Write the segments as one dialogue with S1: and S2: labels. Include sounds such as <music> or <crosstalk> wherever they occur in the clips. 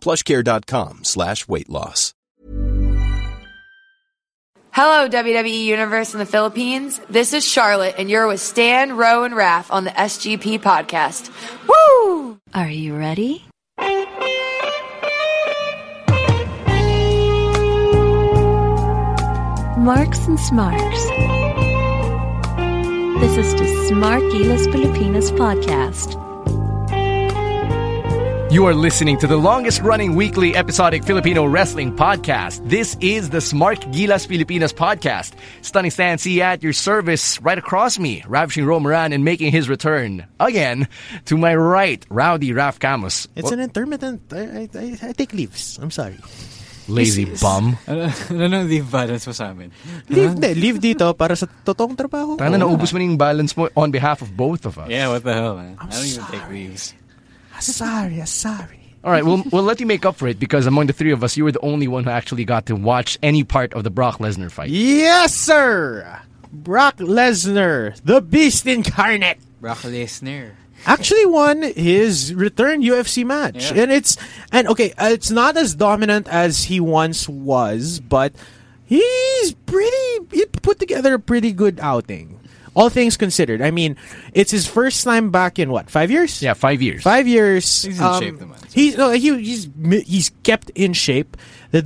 S1: Plushcare.com slash weight loss.
S2: Hello, WWE Universe in the Philippines. This is Charlotte, and you're with Stan, Rowe, and Raph on the SGP podcast. Woo!
S3: Are you ready? Marks and Smarks. This is the Smarkilas Filipinas podcast.
S4: You are listening to the longest running weekly episodic Filipino wrestling podcast. This is the Smart Gilas Filipinas podcast. Stunning Stan C at your service right across me, ravishing Romaran and making his return again to my right, Rowdy Raf Camus.
S5: It's an intermittent. I, I, I- I take leaves. I'm sorry.
S4: Lazy bum.
S6: Ano, ano nang leave balance mo sa amin?
S5: Leave, na, leave dito para sa totoong trabaho.
S4: Tana naubos mo na yung balance mo on behalf of both of us.
S6: Yeah, what the hell, man? I'm I do not even take leaves.
S5: Sorry, ah, sorry.
S4: All right, we'll, we'll let you make up for it because among the three of us, you were the only one who actually got to watch any part of the Brock Lesnar fight.
S5: Yes, sir! Brock Lesnar, the beast incarnate,
S6: Brock Lesnar.
S5: actually won his return UFC match.
S6: Yeah.
S5: And it's. And okay, uh, it's not as dominant as he once was, but he's pretty. He put together a pretty good outing. All things considered. I mean, it's his first time back in what, five years?
S4: Yeah, five years.
S5: Five years.
S6: He's in shape naman.
S5: He's no, he, he's mi- he's kept in shape. The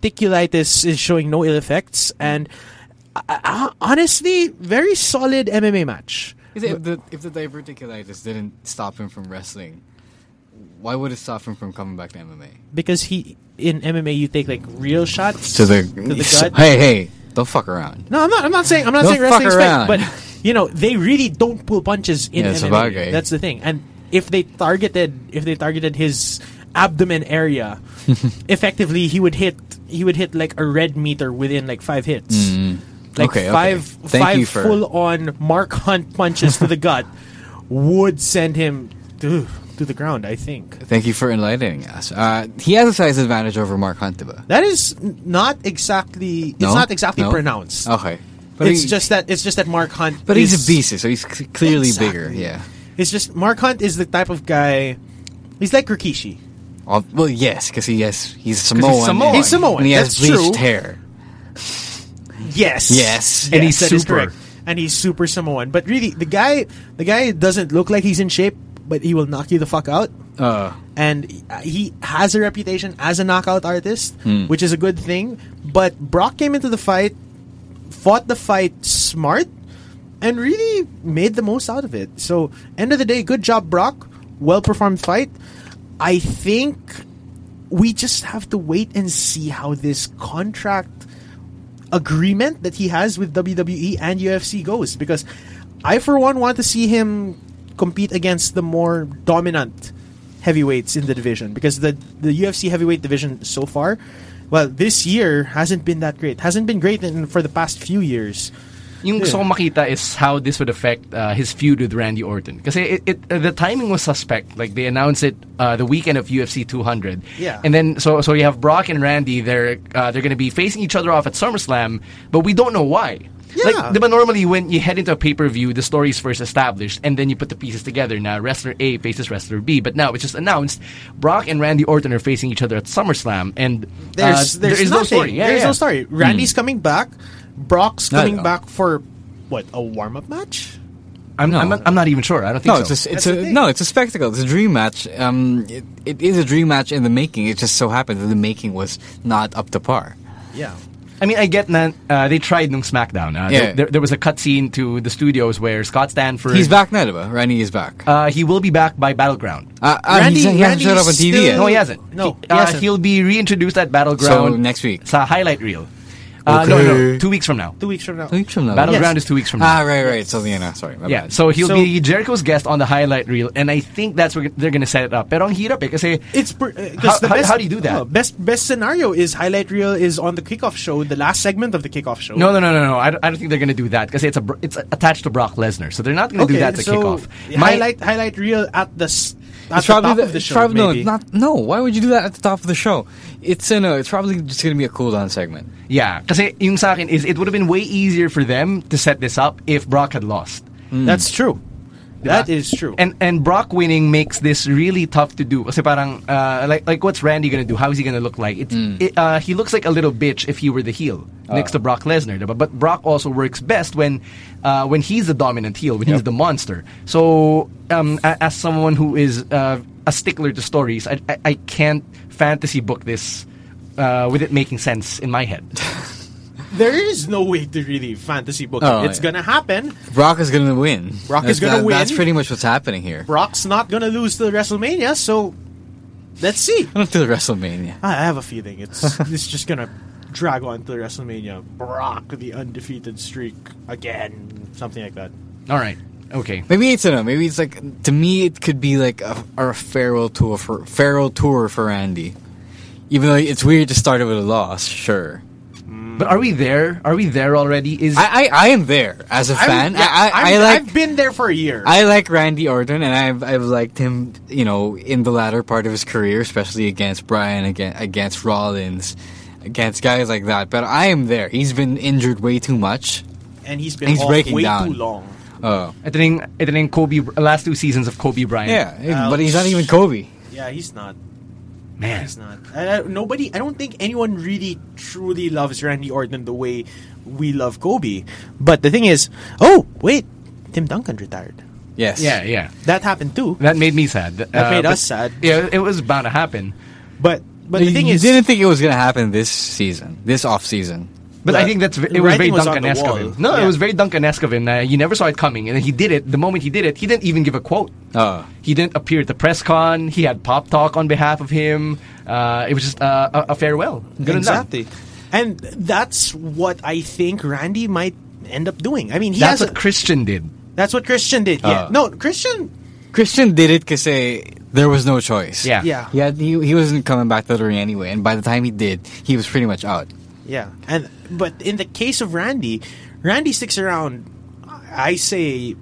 S5: diverticulitis is showing no ill effects, and uh, uh, honestly, very solid MMA match.
S6: Kasi if the, if the diverticulitis didn't stop him from wrestling, why would it stop him from coming back to MMA?
S5: Because he in MMA you take like real shots to <laughs>
S6: <laughs>
S5: the gut.
S6: Hey, hey, don't fuck around.
S5: No, I'm not. I'm not saying. I'm not
S6: Don't
S5: saying wrestling's
S6: fuck
S5: fake,
S6: around.
S5: but you know they really don't pull punches in
S6: Yeah,
S5: MMA.
S6: sabagay.
S5: That's the thing. And if they targeted, if they targeted his abdomen
S6: <laughs>
S5: area, effectively he would hit. He would hit like a red meter within like five hits. Like
S6: Mm. Okay, okay.
S5: five,
S6: Thank
S5: five
S6: you for-
S5: full on Mark Hunt punches
S6: <laughs>
S5: to the gut would send him to, to the ground. I think
S6: Thank you for enlightening us. Uh, he has a size advantage over Mark Hunt, diba?
S5: that is n- not exactly. It's
S6: No?
S5: not exactly
S6: No?
S5: pronounced.
S6: Okay.
S5: it's
S6: he-
S5: just that it's just that Mark Hunt.
S6: But he's
S5: is-
S6: a beast, so he's c- clearly
S5: Exactly.
S6: bigger. Yeah.
S5: It's just Mark Hunt is the type of guy. He's like Rikishi.
S6: Well, well, yes, because he has he's Samoan.
S4: he's Samoan.
S5: He's Samoan,
S6: And he has
S5: that's true.
S6: bleached hair.
S5: Yes.
S6: Yes.
S4: And he's
S5: that is
S4: super.
S5: correct. And he's super Samoan. But really, the guy, the guy doesn't look like he's in shape, but he will knock you the fuck out.
S6: Uh,
S5: And he- uh, he has a reputation as a knockout artist,
S6: Hmm.
S5: which is a good thing. But Brock came into the fight, fought the fight smart, and really made the most out of it. So, end of the day, good job, Brock. Well performed fight. I think we just have to wait and see how this contract agreement that he has with WWE and UFC goes because I for one want to see him compete against the more dominant heavyweights in the division because the the UFC heavyweight division so far well this year hasn't been that great hasn't been great in, for the past few years
S4: Yung gusto kong makita is how this would affect uh, his feud with Randy Orton. Kasi it, it, uh, the timing was suspect. Like, they announced it uh, the weekend of UFC 200.
S5: Yeah.
S4: And then, so so you have Brock and Randy, they're, uh, they're going to be facing each other off at SummerSlam, but we don't know why.
S5: Yeah.
S4: Like, diba normally when you head into a pay-per-view, the story is first established, and then you put the pieces together. Now, wrestler A faces wrestler B, but now it's just announced Brock and Randy Orton are facing each other at SummerSlam, and uh,
S5: there's there's
S4: there is
S5: nothing.
S4: no story. Yeah,
S5: there's
S4: yeah. Hmm.
S5: no story. Randy's coming back. Brock's
S6: Not at
S5: coming
S6: all.
S5: back for what a warm up match.
S4: I'm,
S6: No.
S4: I'm, not- I'm not even sure. I don't think
S6: no,
S4: so.
S6: it's a,
S5: That's
S6: it's
S5: the
S6: a
S5: thing.
S6: no, it's a spectacle. It's a dream match. Um, it, it is a dream match in the making. It just so happened that the making was not up to par.
S5: Yeah,
S4: I mean, I get that uh, they tried nung SmackDown. Uh,
S6: Yeah.
S4: there, there, there was a cutscene to the studios where Scott Stanford.
S6: He's back now, diba? Randy is back. Uh,
S4: Uh, he will be back by Battleground.
S6: uh,
S5: Randy-
S6: he's, he hasn't
S5: Randy
S6: showed up on Oh,
S5: is
S6: TV
S5: still-
S6: yet.
S4: No, he hasn't.
S5: Uh, No,
S4: he,
S5: he
S4: uh,
S5: hasn't.
S4: he'll be reintroduced at Battleground
S6: So, next week.
S4: Sa highlight reel. Uh, No, no,
S6: Okay.
S4: two weeks from now.
S5: Two weeks from now.
S6: Two weeks from now.
S4: Battleground is
S5: Yes.
S4: two weeks from now.
S6: Ah, right, right. So, you know, sorry. my
S4: Yeah,
S6: bad.
S4: so he'll
S5: So-
S4: be Jericho's guest on the highlight reel, and I think that's where they're gonna set it up. Pero ang hirap eh, kasi
S5: It's per, uh,
S4: How-
S5: 'cause the
S4: how-
S5: best,
S4: how do you do that?
S5: uh, best best scenario is highlight reel is on the kickoff show, the last segment of the kickoff show.
S4: No, no, no, no, no. I don't, I don't think they're going to do that because it's a br- it's attached to Brock Lesnar, so they're not going to
S5: okay,
S4: do that to
S5: so
S4: kickoff. My-
S5: highlight highlight reel at the s- at
S6: It's
S5: the top
S6: probably
S5: of the show.
S6: probably-
S5: maybe.
S6: No, not, no, why would you do that at the top of the show? It's, uh, no, it's probably just going to be a cool down segment.
S4: yeah, kasi yung sa akin is it would have been way easier for them to set this up if Brock had lost.
S5: That's true. Mm. That
S4: Hmm. Diba?
S5: is true.
S4: And and Brock winning makes this really tough to do. Kasi parang uh, like like what's Randy gonna do? How is he gonna look like? It's,
S5: Mm.
S4: it, uh, he looks like a little bitch if he were the heel
S5: Ah.
S4: next to Brock Lesnar. diba? But Brock also works best when uh, when he's the dominant heel, when he's the monster. So um, a- as someone who is uh, a stickler to stories, I, I, I can't fantasy book this. Uh, with it making sense in my
S5: <laughs>
S4: head.
S5: there is no way to really fantasy book.
S6: Oh,
S5: it. It's
S6: yeah.
S5: gonna happen.
S6: Brock is going to win.
S5: Brock is
S6: That's-
S5: gonna
S6: that-
S5: win.
S6: That's pretty much what's happening here.
S5: Brock's not gonna lose to WrestleMania, so let's see.
S6: Not to the WrestleMania.
S5: I have a feeling
S4: <laughs>
S5: it's it's just gonna drag on to WrestleMania. Brock the undefeated streak again, something like that.
S4: All right. Okay.
S6: Maybe it's no. Maybe it's like to me, it could be like a, a farewell tour for farewell tour for Randy. Even though it's weird to start it with a loss, sure.
S4: But are we there? Are we there already? Is
S6: I I, I am there as a fan. I, I, I like
S5: have been there for a year.
S6: I like Randy Orton, and I've I've liked him, you know, in the latter part of his career, especially against Bryan, against, against Rollins, against guys like that. But I am there. He's been injured way too much.
S5: and he's been
S6: He's
S5: off
S6: breaking
S5: way
S6: down.
S5: too long.
S6: Oh,
S4: ito na yung- ito na yung Kobe last two seasons of Kobe Bryant.
S6: yeah, but he's not
S5: Ouch.
S6: even Kobe.
S5: Yeah, he's not.
S4: Man.
S5: He's not. I, I- nobody. I don't think anyone really truly loves Randy Orton the way we love Kobe. But the thing is, oh wait, Tim Duncan retired.
S6: Yes.
S4: Yeah, yeah.
S5: That happened too.
S4: That made me sad. Uh,
S5: That made
S4: but-
S5: us sad.
S4: Yeah, it was bound to happen.
S5: But but the
S6: you
S5: thing
S6: you
S5: is,
S6: didn't think it was going to happen this season, this off season.
S4: But I
S5: Right.
S4: think that's ve- it
S5: The
S4: was very
S5: writing was on the
S4: Duncan-esque of
S5: wall.
S4: him. No, it
S5: Yeah.
S4: was very Duncan-esque of him. Uh, you never saw it coming, and then he did it. The moment he did it, he didn't even give a quote.
S5: Uh.
S6: Oh.
S4: He didn't appear at the press con. He had pop talk on behalf of him. Uh, it was just uh, a, a farewell. Ganun lang.
S5: exactly. And that's what I think Randy might end up doing. I mean, he
S4: That's
S5: has.
S4: what Christian did.
S5: a, that's what Christian did. Yeah.
S6: Uh.
S5: no, Christian.
S6: Christian did it because there was no choice.
S4: Yeah.
S5: Yeah.
S6: He, had, he, he wasn't coming back to the ring anyway, and by the time he did, he was pretty much out.
S5: Yeah, and but in the case of Randy, Randy sticks around. I say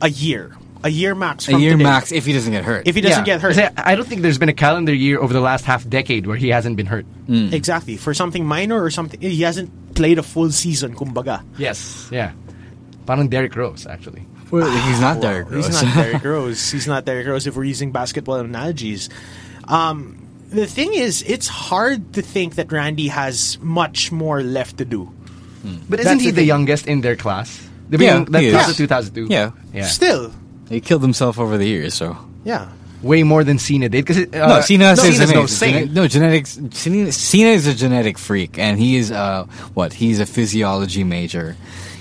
S5: a year, a year max.
S6: A
S5: From
S6: year
S5: today.
S6: max if he doesn't get hurt.
S5: If he doesn't
S4: Yeah.
S5: get hurt,
S4: Kasi I don't think there's been a calendar year over the last half decade where he hasn't been hurt.
S6: Mm. Hmm.
S5: exactly for something minor or something, he hasn't played a full season. Kumbaga,
S4: Yes. Yeah. Parang Derrick Rose, actually.
S6: Well, he's not Derrick Rose.
S5: he's
S6: <laughs>
S5: not Derrick Rose. He's not Derrick Rose. If we're using basketball analogies, um, the thing is, it's hard to think that Randy has much more left to do.
S4: But isn't
S5: That's
S4: he
S5: the
S4: the
S5: thing.
S4: youngest in their class? The
S6: Yeah,
S4: being- that
S6: he
S4: class
S6: is.
S4: of 2002.
S6: Yeah.
S4: Yeah.
S5: Still,
S6: He killed himself over the years, so.
S5: yeah.
S4: Way more than Cena did because
S6: No, Cena has his
S4: Cena's Uh, no
S6: amazing-
S4: saint.
S6: No, genetics. Cena, Cena is a genetic freak, and he is uh, what? He's a physiology major.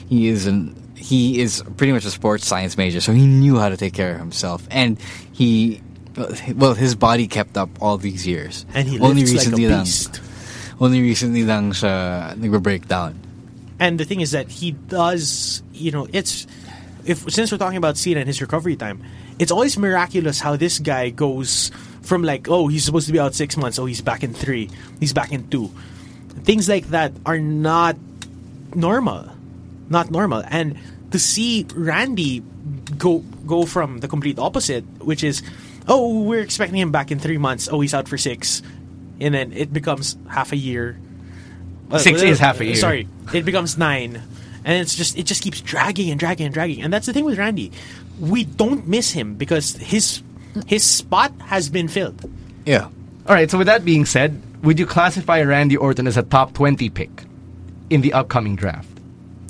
S6: He is an he is pretty much a sports science major, so he knew how to take care of himself, and he well, his body kept up all these years,
S5: And he
S6: only
S5: lifts like a
S6: recently lang-
S5: beast.
S6: only recently uh, lang siya nagbe-break down.
S5: And the thing is that he does, you know, it's if since we're talking about Cena and his recovery time, it's always miraculous how this guy goes from like, oh, he's supposed to be out six months, oh, he's back in three, he's back in two. Things like that are not normal, not normal. And to see Randy go go from the complete opposite, which is, oh, we're expecting him back in three months, oh, he's out for six, and then it becomes half a year, uh,
S4: Six
S5: uh,
S4: is half a year.
S5: Sorry, it becomes nine, and it's just it just keeps dragging and dragging and dragging. And that's the thing with Randy, we don't miss him because his his spot has been filled.
S6: Yeah,
S4: All right. So with that being said, would you classify Randy Orton as a top 20 pick in the upcoming draft?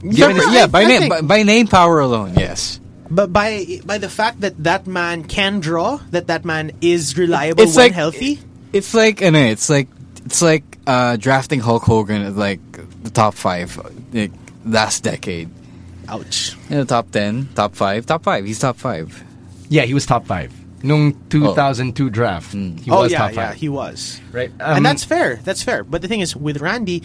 S5: Given his-
S6: yeah. By
S5: I
S6: name,
S5: think-
S6: by, by name power alone, yes.
S5: but by by the fact that that man can draw, that that man is reliable when healthy.
S6: It's like I know, it's like it's like uh, drafting Hulk Hogan at like the top five like, last decade.
S5: Ouch.
S6: In the top ten, top five, top five. He's top five.
S4: Yeah, he was top five. Nung
S6: Oh.
S4: 2002 draft, he
S5: oh
S6: Mm.
S4: was
S5: yeah,
S4: top
S5: yeah,
S4: five.
S5: he was.
S4: Right, um,
S5: and that's fair. That's fair. But the thing is, with Randy,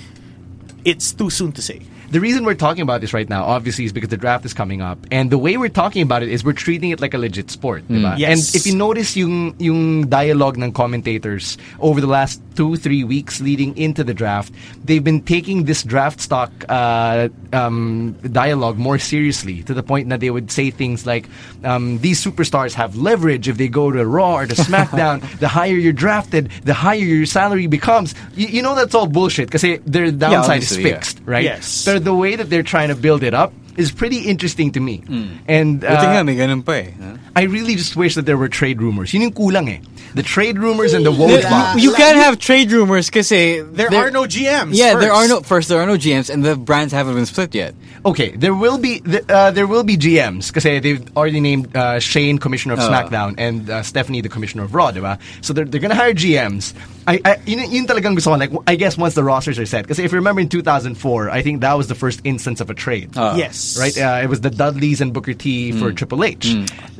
S5: it's too soon to say.
S4: The reason we're talking about this right now, obviously, is because the draft is coming up, and the way we're talking about it is we're treating it like a legit sport,
S6: Mm.
S4: diba?
S5: Yes.
S4: And if you notice, yung yung dialogue ng commentators over the last two three weeks leading into the draft, they've been taking this draft stock uh, um, dialogue more seriously to the point that they would say things like, um, "These superstars have leverage if they go to Raw
S6: <laughs>
S4: or to SmackDown. the higher you're drafted, the higher your salary becomes." You, you know that's all bullshit because their downside is
S6: obviously, yeah.
S4: fixed, right?
S5: Yes.
S4: Pero the way that they're trying to build it up is pretty interesting to me. And
S6: Hmm. Buti nga,
S4: uh,
S6: may ganun pa eh. no?
S4: I really just wish that there were trade rumors. Yun yung kulang eh. The trade rumors and the woes
S6: You,
S4: box.
S6: you can't have trade rumors kasi
S5: There, are no GMs.
S6: Yeah,
S5: first.
S6: there are no first. There are no GMs, and the brands haven't been split yet.
S4: Okay, there will be th- uh, there will be GMs because eh, they've already named uh, Shane commissioner
S6: Oh.
S4: of SmackDown and uh, Stephanie the commissioner of Raw, diba? So they're, they're gonna hire GMs. I, I yun, yun talagang gusto ko, like I guess once the rosters are set because if you remember in 2004, I think that was the first instance of a trade.
S6: Oh.
S5: yes,
S4: Right, uh, it was the Dudleys and Booker T
S6: Hmm.
S4: for Triple H.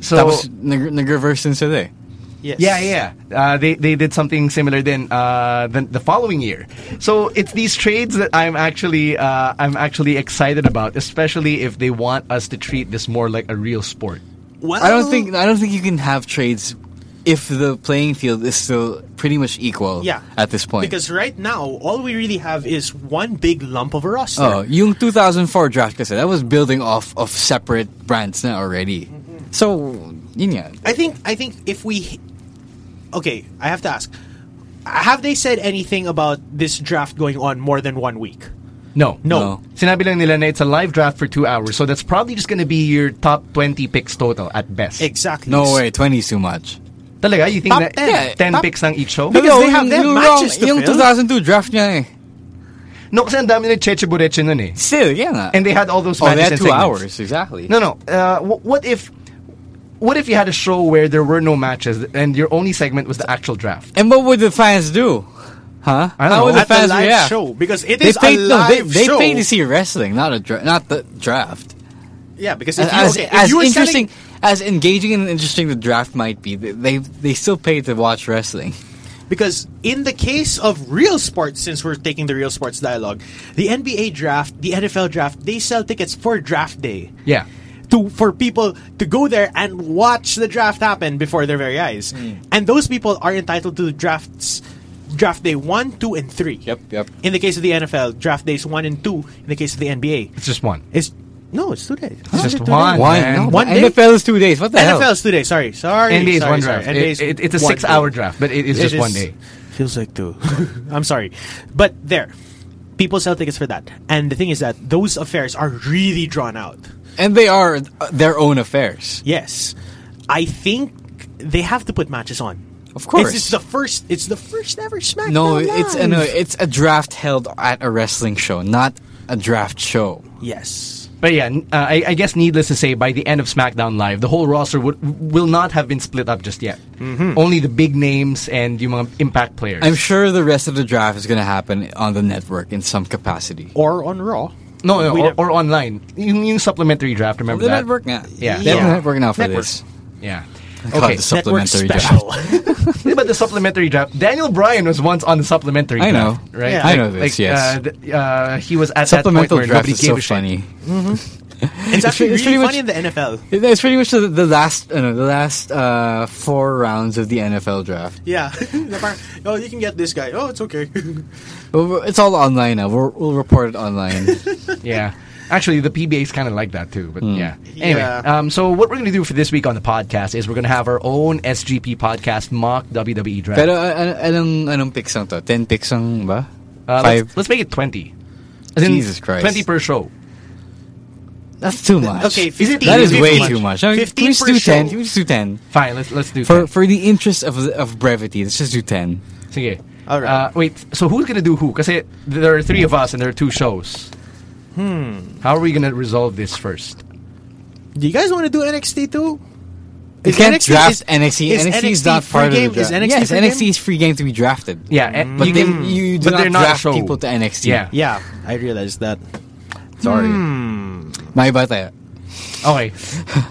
S4: So
S6: Tapos nag- nag-reverse din sila eh.
S5: yes.
S4: Yeah, yeah. Uh, they they did something similar then uh, the, the following year. So it's these trades that I'm actually uh, I'm actually excited about, especially if they want us to treat this more like a real sport.
S5: Well,
S6: I don't think I don't think you can have trades if the playing field is still pretty much equal
S5: Yeah.
S6: at this point.
S5: Because right now, all we really have is one big lump of a roster.
S6: oh, yung 2004 draft kasi that was building off of separate brands na already. So, yun nga.
S5: I think I think if we Okay, I have to ask. Have they said anything about this draft going on more than one week?
S4: No,
S5: No.
S6: No.
S4: Sinabi lang nila na it's a live draft for two hours, so that's probably just going to be your top twenty picks total at best.
S5: Exactly.
S6: No way, 20 is too much.
S4: Talaga, you think
S5: Top
S4: that
S5: 10.
S6: Yeah,
S4: ten
S5: top-
S4: picks ng each show?
S5: Because they have
S6: yung-
S5: their
S6: yung
S5: matches to
S6: yung
S5: fill.
S6: 2002 draft niya eh.
S4: No, kasi ang dami nila Cheche Bureche nun eh.
S6: Still, yeah nga.
S4: And they had all those
S6: oh, they
S4: matches
S6: had
S4: and
S6: two
S4: segments.
S6: hours, exactly.
S4: No, no. Uh, wh- what if, what if you had a show where there were no matches and your only segment was the actual draft?
S6: And what would the fans do? Huh?
S4: I don't
S6: How
S4: know.
S6: would the
S5: At the
S6: fans
S5: live
S6: react?
S5: show because it is
S6: They paid
S5: a
S6: no,
S5: live
S6: they, they
S5: show.
S6: paid to see wrestling, not a dra- not the draft.
S5: Yeah, because if you,
S6: As,
S5: okay, if
S6: as
S5: you were
S6: interesting
S5: selling-
S6: as engaging and interesting the draft might be, they they, they still paid to watch wrestling.
S5: because in the case of real sports, since we're taking the real sports dialogue, the NBA draft, the NFL draft, they sell tickets for draft day.
S4: Yeah.
S5: to for people to go there and watch the draft happen before their very eyes.
S6: Mm.
S5: And those people are entitled to drafts draft day one, two, and three.
S6: Yep, yep.
S5: In the case of the NFL, draft days one and two. In the case of the NBA,
S4: It's just one.
S5: it's no, it's two days.
S4: It's just
S5: Two days.
S4: one.
S6: Why?
S4: man.
S6: No,
S5: One day?
S6: NFL is two days. What the
S5: NFL
S6: hell?
S5: is two days. Sorry, sorry.
S4: NBA is
S5: sorry,
S4: one
S5: sorry.
S4: draft.
S5: NBA
S4: It,
S5: is
S4: it, it's a
S5: one
S4: six-hour
S5: day.
S4: draft, but it is
S5: It
S4: just one
S5: is-
S4: day.
S5: Feels like two. <laughs> I'm sorry, but there, people sell tickets for that. And the thing is that those affairs are really drawn out.
S6: And they are uh, their own affairs.
S5: Yes, I think they have to put matches on.
S6: Of course.
S5: it's, it's the first. It's the first ever SmackDown.
S6: No, it's
S5: Live.
S6: uh, a, no, it's a draft held at a wrestling show, not a draft show.
S5: yes.
S4: But yeah, n- uh, I, I guess needless to say, by the end of SmackDown Live, the whole roster would will not have been split up just yet.
S5: Mm-hmm.
S4: Only the big names and yung mga impact players.
S6: I'm sure the rest of the draft is going to happen on the network in some capacity.
S5: Or on Raw.
S4: no, no
S5: We
S4: or,
S5: don't-
S4: or online. Yung, yung supplementary draft. Remember
S6: The
S4: that?
S6: network now.
S4: Yeah.
S6: They have
S5: Yeah.
S6: a network now for
S4: Network.
S6: this.
S4: Yeah.
S6: God,
S4: Okay.
S6: the
S5: Network
S6: supplementary draft. <laughs>
S5: special. <laughs>
S4: Yeah, but the supplementary draft. Daniel Bryan was once on the supplementary.
S6: I know.
S4: draft, right?
S5: Yeah. I
S6: know this, yes.
S4: Uh, th- uh, he was at
S6: Supplemental
S4: that point where
S6: draft
S4: nobody
S6: is
S4: gave
S6: so
S4: a shit.
S6: funny.
S5: it's actually
S6: it's
S5: really funny
S6: pretty
S5: in the NFL.
S6: It- It's pretty much the, the last, uh, no, the last uh, four rounds of the NFL draft.
S5: Yeah. <laughs> Na parang, oh, you can get this guy. Oh, it's okay.
S6: Well, we're- It's all online now. We're, we'll report it online.
S4: <laughs> <laughs> Yeah. Actually, the PBA is kind of like that too, but
S6: Hmm.
S4: yeah. Anyway,
S5: Yeah.
S4: Um, so what we're going to do for this week on the podcast is we're going to have our own SGP podcast mock WWE draft.
S6: Pero uh, an- anong anong picks ang to? Ten picks ang ba?
S4: Uh,
S6: Five.
S4: let's, let's make it 20. As in,
S6: Jesus Christ.
S4: 20 per show.
S6: That's too much.
S5: okay,
S6: Is it-
S5: 15,
S6: that is
S5: 15
S6: way
S5: much.
S6: too much. I mean,
S5: 15
S6: can we just
S5: per
S6: do ten.
S5: show.
S6: Can we just do ten?
S4: Fine, let's let's do
S6: For
S4: 10.
S6: for the interest of of brevity, let's just do ten.
S4: Sige.
S5: Alright.
S4: Uh, wait, so who's going to do who? Because there are three of us and there are two shows. Hmm. How are we going to resolve this first?
S5: do you guys want to do NXT too?
S6: You
S5: Is
S6: can't
S5: NXT
S6: draft
S5: is-
S6: NXT.
S5: is
S6: NXT is
S5: NXT
S6: not
S5: free
S6: part of the
S5: game? Is
S6: draft.
S5: NXT
S6: yes,
S5: free
S6: NXT
S5: game?
S6: is free game to be drafted.
S4: Yeah, and
S6: but
S4: you
S6: then
S4: can-
S6: Mm. you do
S4: but
S6: not
S4: they're not a
S6: draft
S4: show.
S6: people to NXT.
S4: Yeah.
S5: Yeah, I realized that.
S6: sorry. My bad. Yeah,
S4: Okay.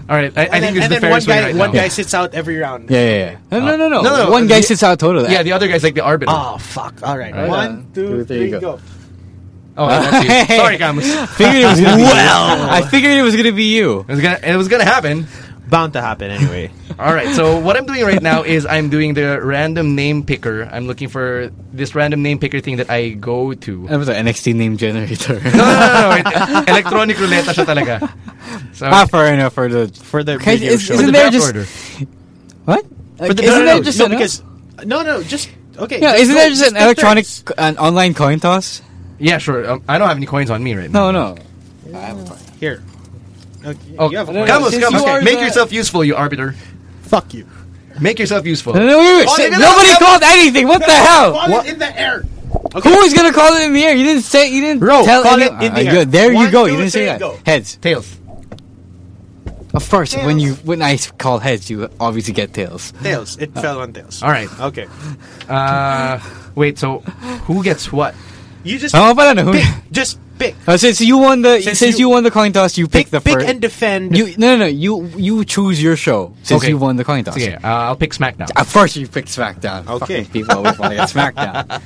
S4: All right. I, I
S5: and
S4: think
S5: then,
S4: this is
S5: and
S4: the
S5: then one
S4: fairest
S5: guy,
S4: way right
S5: one
S4: now.
S5: guy sits out every round.
S6: yeah, yeah. No, no, no, no,
S4: No, no,
S6: One
S4: no,
S6: guy
S4: the-
S6: sits out total. Ah.
S4: Yeah, the other guy's like the arbiter.
S5: Oh fuck! All right,
S6: Alright.
S5: one, two, three,
S6: There you go.
S5: go.
S4: Oh,
S6: <laughs>
S4: that's you. sorry, Camus.
S6: Figured it was gonna be well. I figured it was gonna be you.
S4: It was gonna, it was gonna happen.
S5: Bound to happen anyway.
S4: All right. So what I'm doing right now is I'm doing the random name picker. I'm looking for this random name picker thing that I go
S6: <laughs>
S4: to.
S6: That was an NXT name generator. <laughs>
S4: No, no, no, no. wait. Electronic ruleta siya talaga. So,
S6: Not far enough for the
S5: For the
S6: Okay,
S5: radio
S6: is-
S5: show.
S6: Ah, isn't
S4: the
S6: there
S4: draft
S6: just
S4: order.
S6: what? Like,
S5: the- no,
S6: isn't
S5: no,
S6: there
S5: no,
S6: just
S5: no,
S6: enough?
S5: because no, no, just okay.
S6: yeah? Isn't
S5: go-
S6: there just an
S5: get
S6: electronic
S5: turns.
S6: an online coin toss?
S4: Yeah, sure. Um, I don't have any coins on me right now.
S6: No, no.
S5: Here. Okay,
S4: Oh,
S5: you have a
S6: no,
S5: point.
S6: Come
S4: Camus,
S6: on. Since
S4: Camus.
S6: you are
S4: Make
S6: the-
S4: yourself useful, you arbiter.
S5: Fuck you.
S4: Make yourself useful.
S6: No, no, wait, wait,
S4: Oh,
S6: say-
S4: no, no, no,
S6: nobody
S4: no.
S6: called anything. What
S5: <laughs>
S6: the hell?
S5: Call
S4: What?
S5: it in the air.
S6: Who was gonna call it in the air? You didn't say. You didn't
S5: Row,
S6: tell
S5: call
S6: any-
S5: it in
S6: Uh,
S5: the
S6: uh,
S5: air.
S6: good. There you
S5: One,
S6: go.
S5: two,
S6: you didn't say
S5: three,
S6: that.
S5: go.
S6: Heads.
S4: Tails.
S6: Of course, when
S5: Tails.
S6: you when I call heads, you obviously get tails.
S5: Tails. It fell on tails.
S4: All right.
S5: Okay.
S4: Uh, wait. So who gets what?
S5: You just
S6: Tama pala na, who-
S5: pick.
S6: <laughs>
S5: Just pick.
S6: Uh, since you won the
S5: Since
S6: since,
S5: you-
S6: you, won the coin toss, you pick,
S5: Pick,
S6: the
S5: pick
S6: first.
S5: and defend.
S6: you no no no you you choose your show since
S4: Okay.
S6: you won the coin toss.
S4: Okay, uh, I'll pick SmackDown.
S6: Of course, you picked SmackDown.
S5: Okay.
S6: Fucking people always want to
S5: <laughs>
S6: get SmackDown.
S4: Eh,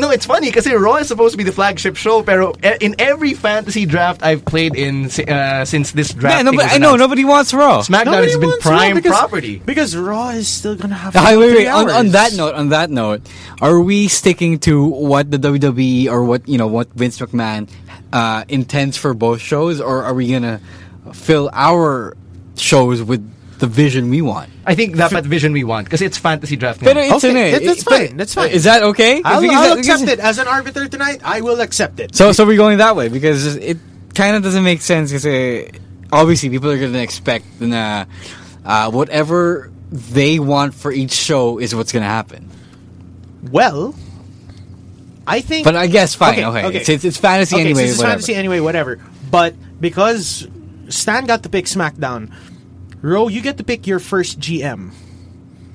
S4: No, it's funny because Raw is supposed to be the flagship show, pero eh, in every fantasy draft I've played in si- uh, since this draft,
S6: yeah, no,
S4: thing
S6: but
S4: was
S6: I know
S4: announced,
S6: nobody wants Raw.
S4: SmackDown
S5: Nobody
S4: has been
S5: wants Raw
S4: prime
S5: because-
S4: property.
S5: because Raw is still gonna have.
S6: Uh, wait, wait,
S5: three
S6: wait. On, on
S5: hours.
S6: that note, on that note, are we sticking to what the WWE or what you know what Vince McMahon uh, intends for both shows, or are we gonna fill our shows with the vision we want?
S4: I think that's what vision we want because it's fantasy draft.
S6: But
S4: now.
S6: it's
S5: Okay,
S6: an,
S5: that- that's
S6: but-
S5: fine, that's fine.
S6: Is that okay? 'Cause
S5: I'll,
S6: we-
S5: I'll
S6: is that-
S5: accept it as an arbiter tonight. I will accept it.
S6: So, so we're going that way because it kind of doesn't make sense because uh, obviously people are going to expect na, uh, whatever they want for each show is what's going to happen.
S5: Well, I think.
S6: But I guess fine, okay. It's, it's, it's fantasy
S5: Okay, so
S6: anyway.
S5: it's
S6: whatever.
S5: fantasy anyway, whatever. But because Stan got to pick SmackDown, Ro, you get to pick your first GM.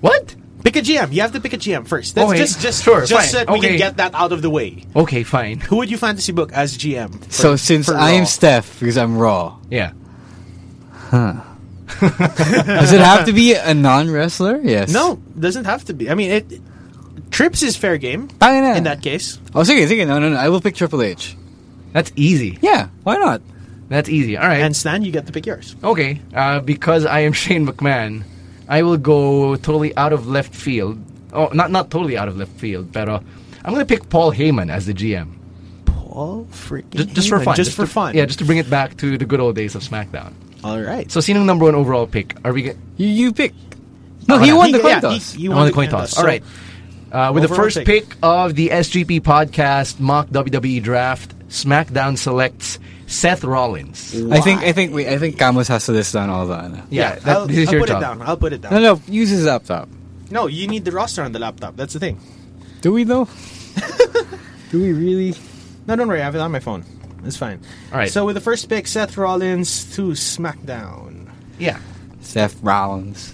S4: what?
S5: Pick a GM. You have to pick a GM first. That's
S4: Okay,
S5: just just
S4: sure,
S5: just so
S4: fine,
S5: that we can
S4: okay.
S5: get that out of the way.
S4: Okay, fine.
S5: Who would you fantasy book as GM? for-
S6: so since
S5: for
S6: I
S5: Raw?
S6: am Steph because I'm raw,
S4: Yeah.
S6: does it have to be a non wrestler? Yes.
S5: No, doesn't have to be. I mean, it trips is fair game
S6: Tangina na.
S5: in that case.
S6: Oh, sige, sige. No, no, no. I will pick Triple H.
S4: That's easy.
S6: Yeah, why not?
S4: That's easy. All right.
S5: And Stan, you get to pick yours.
S4: okay. Uh, because I am <laughs> Shane McMahon, I will go totally out of left field. Oh, not not totally out of left field, but uh, I'm gonna pick Paul Heyman as the GM.
S5: All freaking
S4: Just, just for
S5: Heyman,
S4: fun.
S5: Just, for
S4: to-
S5: fun.
S4: Yeah, just to bring it back to the good old days of SmackDown.
S5: all right.
S4: So, sinong number one overall pick? Are we? Get,
S6: You, you pick. No, he won the coin
S5: yeah,
S6: toss.
S5: He, he
S4: I
S5: won
S4: want the coin toss. All right. Uh, with the
S5: overall
S4: first
S5: pick.
S4: pick. of the SGP podcast mock WWE draft, SmackDown selects Seth Rollins.
S6: I think. I think. Wait, I think Camus has to list down all that.
S4: Yeah, that-
S5: I'll,
S4: this is
S5: I'll
S4: your
S5: put
S4: job.
S5: it down. I'll put it down.
S6: No, no. Use his laptop.
S5: No, you need the roster on the laptop. That's the thing.
S6: Do we though? Do we really?
S5: No, don't worry. I have it on my phone. It's fine.
S4: All right.
S5: So with the first pick, Seth Rollins to SmackDown.
S4: Yeah.
S6: Seth Rollins.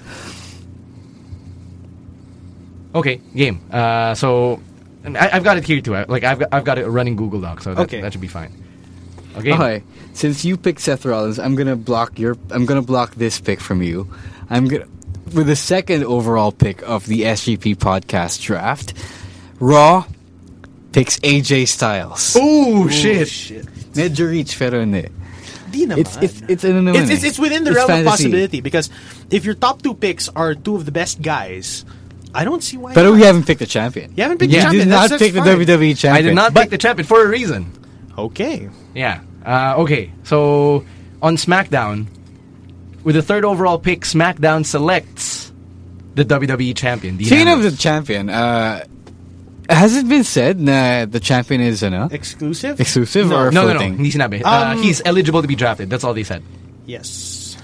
S4: Okay, game. Uh, so, and I, I've got it here too. I- Like I've got, I've got it running Google Doc, so that,
S5: Okay.
S4: that should be fine. Okay.
S6: Okay, since you picked Seth Rollins, I'm gonna block your. I'm gonna block this pick from you. I'm gonna with the second overall pick of the SGP podcast draft. Raw picks AJ Styles.
S5: Oh.
S4: Ooh, shit.
S6: Medyo reach pero hindi.
S5: Di naman.
S6: It's it's it's in
S5: It's, it's, it's within the realm
S6: fantasy.
S5: of possibility because if your top two picks are two of the best guys, I don't see why.
S6: But
S5: not.
S6: we haven't picked the champion.
S5: You haven't picked
S4: the
S6: You
S5: champion.
S6: did
S5: That's-
S6: not
S5: that's
S6: pick the
S5: fine.
S6: WWE champion.
S4: I did not pick the champion for a reason.
S5: Okay.
S4: Yeah. Uh, okay. So on SmackDown, with the third overall pick, SmackDown selects the WWE champion. Dean
S6: Speaking of
S4: Ambrose.
S6: the champion, uh, has it been said that the champion is ano,
S5: Exclusive.
S6: exclusive or
S4: no, no, no,
S6: floating?
S4: hindi sinabi. Uh,
S5: Um,
S4: he's eligible to be drafted. That's all they said.
S5: Yes.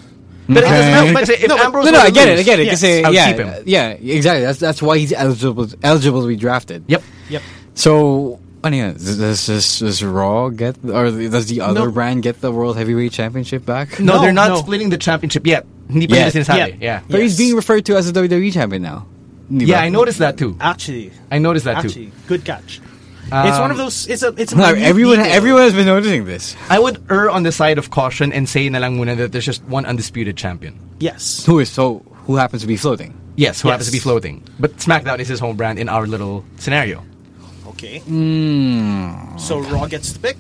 S4: But it doesn't matter.
S6: Okay.
S4: But if
S5: No, but-
S4: Ambrose
S6: No, no,
S4: were to
S6: I get it, I
S4: lose-
S6: get it.
S5: Yes,
S6: 'cause, uh,
S4: I'll
S6: yeah,
S4: keep him.
S6: uh, yeah, exactly. That's that's why he's eligible eligible to be drafted.
S4: Yep.
S5: Yep.
S6: So, ano yun, does does, does Raw get or does the other
S5: No.
S6: brand get the World Heavyweight Championship back? <laughs>
S4: No,
S5: No,
S4: they're not
S5: no.
S4: splitting the championship yet. Hindi pa
S6: Yet.
S4: nila sinasabi.
S5: Yeah.
S4: Yeah.
S6: but
S4: Yeah.
S6: he's being referred to as a WWE champion now. Di ba?
S4: I noticed that too.
S5: Actually,
S4: I Um, noticed that
S5: actually,
S4: too.
S5: good catch. it's one of those. It's a. It's a
S6: Like,
S5: minute
S6: everyone,
S5: detail.
S6: everyone has been noticing this.
S4: I would err on the side of caution and say na lang muna that there's just one undisputed champion.
S5: Yes.
S6: Who is so? Who happens to be floating?
S4: Yes, who happens to be
S5: Yes.
S4: floating. But SmackDown is his home brand in our little scenario.
S5: Okay.
S4: Hmm.
S5: So Raw gets the pick.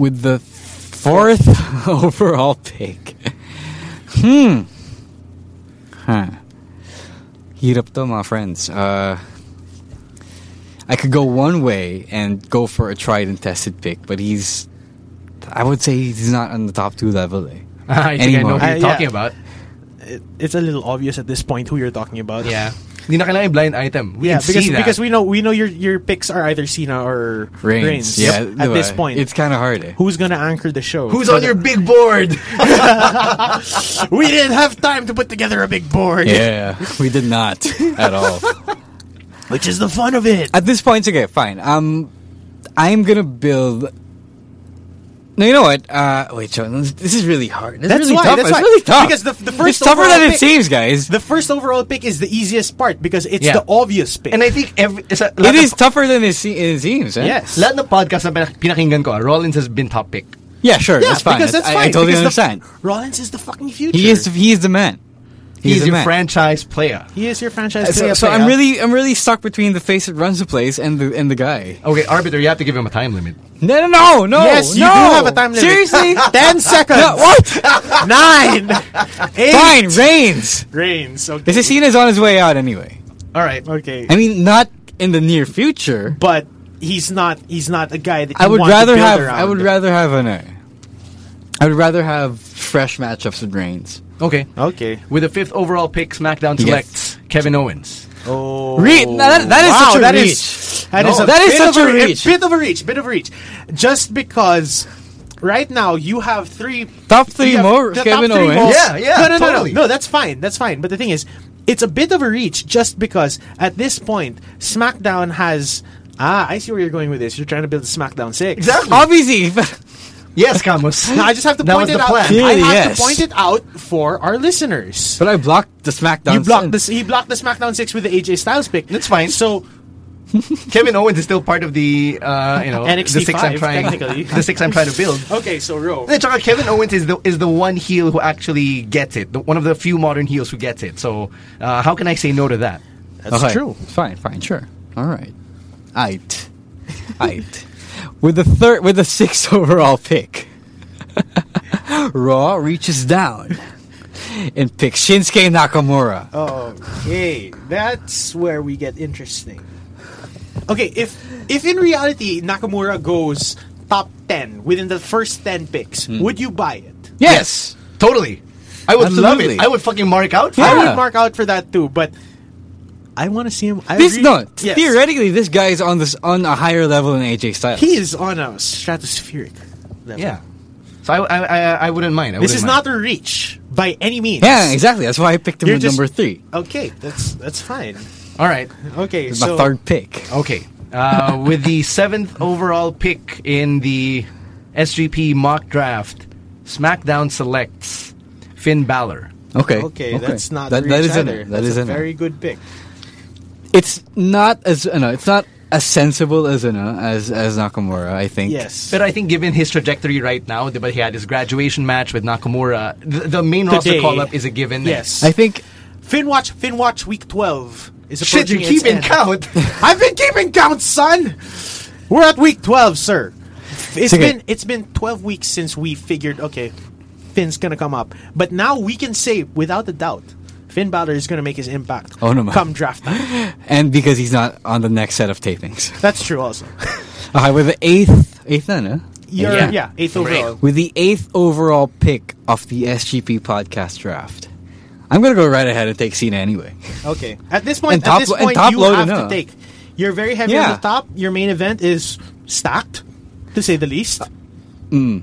S6: with the fourth <laughs> overall pick. Hmm. Huh. Heat up to my friends. Uh, I could go one way and go for a tried and tested pick, but he's. I would say he's not on the top two level. Eh?
S4: I think I know
S6: Anymore.
S4: who you're
S5: Uh, yeah.
S4: talking about.
S5: It, it's a little obvious at this point who you're talking about.
S4: Yeah. Hindi na kailangan blind item. We
S5: yeah,
S4: can
S5: because
S4: see that.
S5: because we know we know your your picks are either Cena or
S6: Reigns.
S5: Reigns.
S6: Yeah,
S5: At
S6: diba?
S5: this point,
S6: It's kind of hard. Eh?
S5: who's gonna anchor the show?
S4: Who's on your big board?
S5: We didn't have time to put together a big board.
S6: Yeah, we did not at
S5: <laughs>
S6: all.
S5: Which is the fun of it.
S6: At this point, okay, fine. Um, I'm gonna build. No, you know what? Uh, wait, so this is really hard. This
S5: That's
S6: is really
S5: why,
S6: tough.
S5: that's
S6: it's
S5: why.
S6: really tough
S5: Because the- the first
S6: it's tougher than
S5: overall
S6: it
S5: pick-
S6: seems, guys.
S5: The first overall pick is the easiest part because it's
S4: Yeah.
S5: the obvious pick.
S4: and I think every, it's a,
S6: it
S4: lahat
S6: is
S4: ng-
S6: tougher than it, se- it seems. Eh?
S5: yes.
S4: lahat ng podcast na pinak- pinakinggan ko, ah, Rollins has been top pick.
S6: Yeah, sure. that's fine.
S5: Because that's
S6: I-
S5: fine.
S6: I, totally
S5: because the-
S6: understand.
S5: Rollins is the fucking future.
S6: He is. He is the man. He
S4: He's
S6: is the
S4: your
S6: man.
S4: franchise player.
S5: He is your franchise.
S6: So,
S5: player,
S6: so I'm
S5: player.
S6: really, I'm really stuck between the face that runs the place and the and the guy.
S4: Okay, arbiter, you have to give him a time limit.
S6: No, no, no, no.
S5: Yes, you
S6: no.
S5: do have a time limit.
S6: Seriously?
S5: <laughs> ten seconds.
S6: no, what?
S5: Nine. <laughs> Eight.
S6: Fine, Reigns.
S5: Reigns. Okay.
S6: This is seen as on his way out anyway.
S4: All right.
S5: okay.
S6: I mean, not in the near future.
S5: but he's not. He's not a guy that
S6: I
S5: you
S6: would
S5: want to
S6: rather
S5: build
S6: have.
S5: around.
S6: I would rather have an. uh, I would rather have fresh matchups with Reigns.
S4: Okay.
S5: Okay.
S4: With the fifth overall pick, SmackDown
S6: Yes.
S4: selects Kevin Owens.
S5: Oh.
S6: Re- now that- that is
S5: wow,
S6: such a
S5: that
S6: reach.
S5: is- that
S6: No.
S5: is a
S6: That is
S5: bit
S6: such
S5: of
S6: a reach.
S5: Bit of a reach. Bit of a reach. Just because right now you have three
S6: Top three
S5: you have
S6: more.
S5: the top
S6: Kevin
S5: three
S6: Owens.
S5: most-
S4: Yeah, yeah,
S5: No, no, no,
S4: totally.
S5: no, no. That's fine. That's fine. But the thing is, it's a bit of a reach just because at this point SmackDown has. Ah, I see where you're going with this. You're trying to build a SmackDown six.
S6: Obviously, <laughs>
S4: Yes, Camus.
S5: No, <laughs> I just have to
S4: that
S5: point
S4: was
S5: it
S4: the
S5: out.
S4: plan.
S5: I
S6: Clearly,
S5: have
S6: yes.
S5: to point it out for our listeners.
S6: but I blocked the SmackDown.
S5: He blocked
S6: sen-
S5: this. He blocked the SmackDown six with the AJ Styles pick.
S4: That's fine.
S5: So
S4: Kevin Owens is still part of the uh, you know
S5: NXT
S4: the six I'm
S5: five,
S4: trying
S5: technically.
S4: <laughs>
S5: Oh.
S4: the six I'm trying to build.
S5: okay, so Ro.
S4: And then, Kevin Owens is the is the one heel who actually gets it. The, one of the few modern heels who gets it. So uh, how can I say no to that?
S5: That's
S6: Okay.
S5: true.
S6: Fine, fine, sure. All right. Aight. Aight. with the third, with the sixth <laughs> overall pick, Raw reaches down and picks Shinsuke Nakamura.
S5: Oh, Okay, that's where we get interesting. Okay, if if in reality Nakamura goes top ten within the first ten picks,
S6: Hmm.
S5: would you buy it?
S6: yes.
S4: Totally. I would love
S6: Absolutely.
S4: it. I would fucking mark out for
S5: I
S6: Yeah.
S4: it.
S5: would mark out for that too, but I want to see him. I
S6: This
S5: really-
S6: no.
S5: Yes.
S6: Theoretically, this guy is on this on a higher level than AJ Styles.
S5: He is on a stratospheric level.
S4: Yeah. So I, I, I, I wouldn't mind. I
S5: This
S4: wouldn't
S5: is
S4: mind.
S5: not a reach by any means.
S6: yeah, exactly. That's why I picked him
S5: You're
S6: at
S5: just-
S6: number three.
S5: Okay, that's that's fine.
S4: all right.
S5: Okay,
S6: It's
S5: so
S6: my third pick.
S4: Okay. Uh, with the seventh overall pick in the SGP mock draft, SmackDown selects Finn Balor.
S6: Okay.
S5: okay, that's not
S6: that,
S5: a reach
S6: that is in
S5: either.
S6: there. That
S5: that's
S6: is
S5: a
S6: in there.
S5: very good pick.
S6: It's not as uh, no, it's not as sensible as uh, no, as as Nakamura. I think.
S5: Yes,
S4: But I think given his trajectory right now, the- but he had his graduation match with Nakamura, the, the main roster
S5: Today.
S4: call up is a given. there.
S5: yes.
S6: I think
S5: Finwatch, Finwatch week 12 is
S4: Shit,
S5: approaching
S4: you're
S5: its
S4: keeping
S5: end.
S4: count.
S5: <laughs> I've been keeping count, son. We're at week 12, sir. It's
S6: Sige.
S5: been it's been 12 weeks since we figured okay, Finn's going to come up. But now we can say without a doubt Finn Balor is going to make his impact
S6: Oh, naman.
S5: come draft time.
S6: <laughs> and because he's not on the next set of tapings. <laughs>
S5: That's true also.
S6: Okay, with the eighth, eighth then, huh?
S5: You're,
S4: Yeah.
S5: yeah. eighth overall.
S6: With the eighth overall pick of the SGP podcast draft, I'm gonna go right ahead and take Cena anyway. <laughs>
S5: Okay. At this point,
S6: And top
S5: at this
S6: lo- and
S5: point
S6: top
S5: you
S6: loaded
S5: have
S6: na.
S5: to take. You're very heavy on
S6: Yeah.
S5: the top. Your main event is stacked to say the least. And
S6: Mm.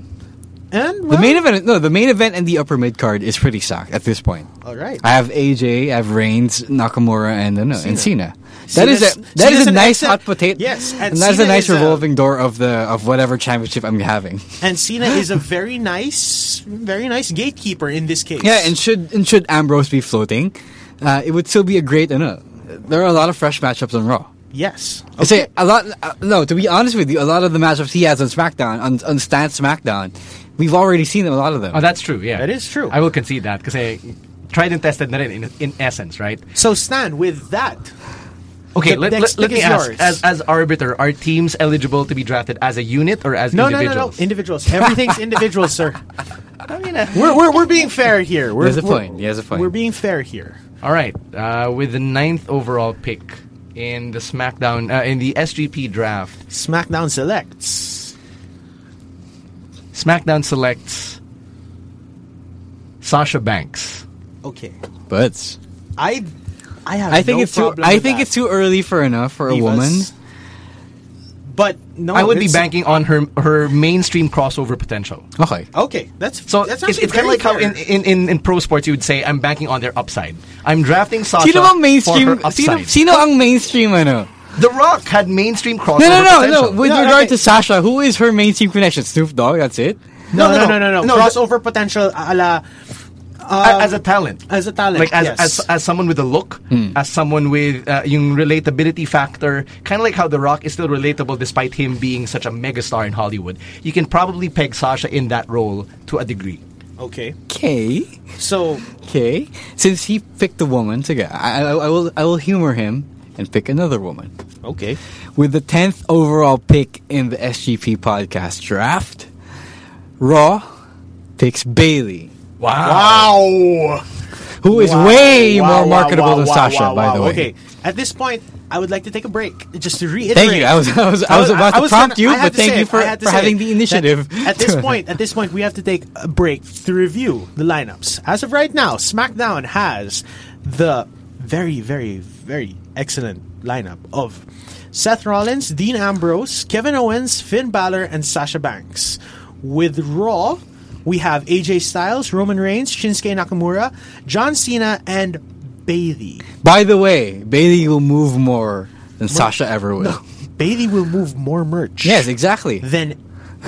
S6: The
S5: well,
S6: main event, no, the main event and the upper mid card is pretty stocked at this point.
S5: All right.
S6: I have AJ, I have Reigns, Nakamura, and uh, no, and Cena. That
S5: Cena's-
S6: is a that is
S5: Cena's
S6: a
S5: an
S6: nice
S5: excellent-
S6: hot potato.
S5: Yes, and
S6: and that's a
S5: Cena
S6: nice
S5: is a-
S6: revolving door of the of whatever championship I'm having. <laughs>
S5: And Cena is
S6: <gasps>
S5: a very nice, very nice gatekeeper in this case.
S6: Yeah, and should and should Ambrose be floating, uh, it would still be a great. Uh, no, there are a lot of fresh matchups on Raw.
S5: yes,
S6: I say a lot. Uh, no, to be honest with you, a lot of the matchups he has on SmackDown on on Stan SmackDown, we've already seen a lot of them.
S4: Oh, that's true. Yeah,
S5: That is true.
S4: I will concede that because I tried and tested na rin in, in essence, right?
S5: So Stan, with that,
S4: Okay,
S5: The
S4: let,
S5: next
S4: let, let
S5: pick
S4: me
S5: is
S4: ask.
S5: yours.
S4: As, as arbiter, are teams eligible to be drafted as a unit or as
S5: No, no, no,
S4: individuals?
S5: no. Individuals.
S6: <laughs>
S5: Everything's individuals, sir.
S4: I mean, uh,
S5: We're, we're, we're being fair here. We're,
S6: There's a
S5: we're-
S6: point. There's a point.
S5: We're being fair here.
S4: All right, uh, with the ninth overall pick in the SmackDown uh, in the SGP draft,
S5: SmackDown selects.
S4: SmackDown selects Sasha Banks.
S5: Okay.
S6: But
S5: I I have.
S6: I think
S5: no
S6: it's too.
S5: problem
S6: I
S5: with
S6: think
S5: that.
S6: it's too early for enough for a
S5: Divas.
S6: woman.
S5: But no,
S4: I would be
S5: it's-
S4: banking on her her mainstream crossover potential.
S6: Okay.
S5: Okay, that's
S4: So
S5: That's
S4: it's,
S5: actually
S4: it's kind of
S5: very
S4: like how
S5: fair.
S4: in, in, in, in pro sports you would say I'm banking on their upside. I'm drafting Sasha
S6: Sino ang mainstream?
S4: for her
S6: Sino,
S4: upside.
S6: sino ang mainstream ano?
S4: the Rock had mainstream crossover
S6: No, no, no, no.
S4: potential.
S6: With
S5: No,
S6: regard
S5: okay.
S6: to Sasha, who is her mainstream connection? Snoop Dogg. That's it.
S5: no, no, no, no, no,
S4: no,
S5: crossover potential a la
S4: A- as a talent.
S5: Um, as a talent,
S4: Like as,
S5: yes.
S4: as, as someone with a look, as someone with uh, yung relatability factor, kind of like how The Rock is still relatable despite him being such a megastar in Hollywood. You can probably peg Sasha in that role to a degree.
S5: okay.
S6: Okay.
S5: So
S6: Okay. Since he picked a woman to go, I, I, I will. I will humor him and pick another woman.
S5: okay,
S6: with the 10th overall pick in the SGP podcast draft. Raw picks Bailey,
S5: wow,
S6: who is
S5: Wow.
S6: way
S5: Wow,
S6: more
S5: wow,
S6: marketable
S5: wow,
S6: than
S5: wow,
S6: Sasha,
S5: wow,
S6: by
S5: wow.
S6: the way.
S5: Okay, at this point, I would like to take a break just to reiterate.
S6: Thank you. I was, I was, I was about to prompt
S5: gonna-
S6: you,
S5: I had
S6: but
S5: to
S6: thank
S5: say
S6: you
S5: it.
S6: for,
S5: I had to
S6: for
S5: say
S6: having
S5: it.
S6: the
S5: That-
S6: initiative.
S5: at this
S6: <laughs> to-
S5: point, at this point, we have to take a break to review the lineups. As of right now, SmackDown has the very, very, very excellent lineup of Seth Rollins, Dean Ambrose, Kevin Owens, Finn Balor, and Sasha Banks. With Raw, we have AJ Styles, Roman Reigns, Shinsuke Nakamura, John Cena, and Bailey.
S6: By the way, Bailey will move more than Sasha ever will.
S5: Bailey will move more merch.
S6: Yes, exactly.
S5: than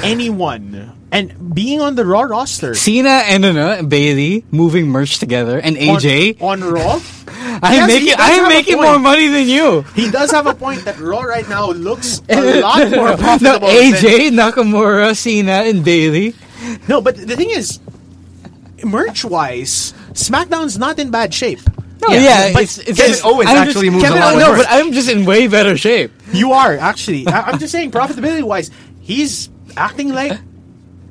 S5: anyone. And being on the Raw roster
S6: Cena and Anna, Bailey moving merch together, and
S5: on-
S6: AJ.
S5: on,
S4: <laughs>
S5: Raw, Yes,
S6: I'm
S5: he
S6: making,
S5: does have
S6: I'm
S5: a
S6: making
S5: point.
S6: more money than you.
S5: he does have a point that Raw right now looks
S4: <laughs>
S5: a lot more
S6: No,
S5: profitable. than-
S6: AJ, Nakamura, Cena, and Bailey.
S5: no, but the thing is, merch wise, SmackDown's not in bad shape.
S6: yeah,
S5: but
S6: it's, it's
S4: Kevin
S6: just-
S4: Owens
S6: I'm
S4: actually
S6: just,
S4: moves
S6: Kevin
S4: a lot
S6: Owens- No,
S4: worse.
S6: but I'm just in way better shape. <laughs>
S5: You are actually. I, I'm just saying, profitability wise, he's acting like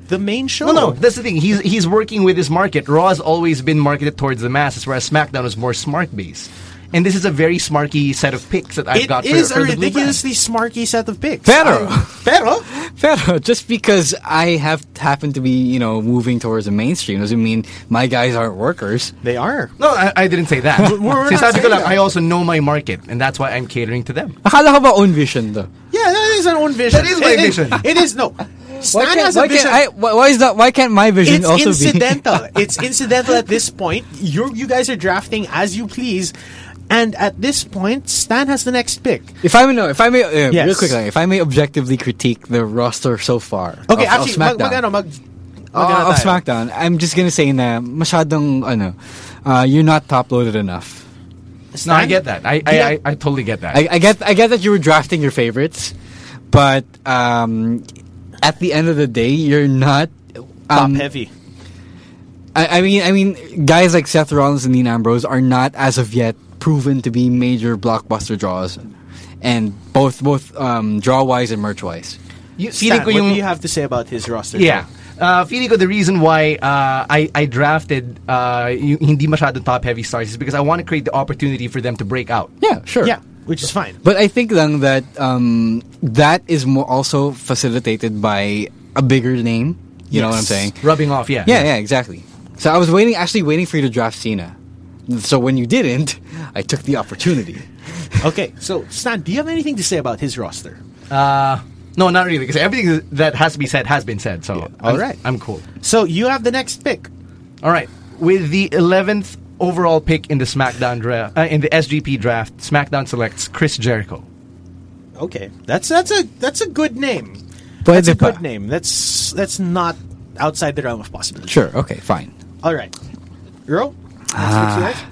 S5: the main show.
S4: No, no, that's the thing. He's he's working with his market. Raw has always been marketed towards the masses, whereas SmackDown is more smart based. And this is a very smarky set of picks that I've
S5: it
S4: got. for-
S5: is
S4: for the
S5: a
S4: Blue Brand.
S5: ridiculously smarky set of picks.
S6: Pero.
S5: I- pero,
S4: <laughs>
S6: Pero just because I have happened to be, you know, moving towards the mainstream doesn't mean my guys aren't workers.
S5: they are.
S4: No, I, I didn't say that.
S5: <laughs> We're- we're not
S4: Sinasabi ko
S5: saying
S4: lang,
S5: that.
S4: I also know my market, and that's why I'm catering to them.
S6: Akala ko ba own vision though?
S5: Yeah, that is our own vision.
S4: That is my
S5: It- it-
S4: vision.
S5: It is no.
S6: Why
S5: Stan
S6: can't,
S5: has a
S6: why, can't
S5: vision.
S6: I, why, why is that? Why can't my vision
S5: it's
S6: also
S5: incidental. it's incidental at this point. You you guys are drafting as you please, and at this point, Stan has the next pick.
S6: be? <laughs> If I may, no, if I may, uh,
S5: Yes.
S6: real quickly, if I may objectively critique the roster so far.
S5: Okay,
S6: of,
S5: actually,
S6: of SmackDown.
S5: mag, mag, ano, mag,
S4: Ah,
S5: mag- ano
S6: uh, of
S5: tayo?
S6: SmackDown, I'm just gonna say na masyadong ano, uh, you're not top loaded enough.
S4: No,
S5: Stan?
S4: I get that. I, I,
S5: Yeah.
S4: I, I totally get that.
S6: I, I get I get that you were drafting your favorites, but um, at the end of the day, you're not
S5: Top
S6: um,
S5: heavy.
S6: I, I mean, I mean, guys like Seth Rollins and Dean Ambrose are not as of yet proven to be major blockbuster draws, and both both um, draw wise and merch wise.
S4: you,
S5: Stan,
S4: feeling
S5: what
S4: ko yung-
S5: do you have to say about his roster?
S4: Yeah. Uh, feeling ko the reason why uh, I, I drafted uh, yung hindi masyado top-heavy stars is because I want to create the opportunity for them to break out.
S6: Yeah, sure.
S5: yeah, which is
S4: <laughs>
S5: fine.
S6: But I think lang that um, that is mo also facilitated by a bigger name. You know what
S5: Yes.
S6: I'm saying?
S4: Rubbing off, yeah.
S6: Yeah, yeah, exactly. So I was waiting, actually waiting for you to draft Cena. So when you didn't, <laughs> I took the opportunity.
S5: Okay, so Stan, do you have anything to say about his roster?
S4: No, not really, because everything that has to be said has been said, so
S5: All
S4: I'm,
S5: right.
S4: I'm cool.
S5: So you have the next pick.
S4: All right. With the 11th overall pick in the SmackDown draft, uh, in the SGP draft, SmackDown selects Chris Jericho.
S5: Okay, that's that's a that's a good name.
S6: Pwede
S5: That's a
S6: pa.
S5: good name. That's that's not outside the realm of possibility.
S6: Sure, okay, fine.
S5: All right, Earl. next pick yours?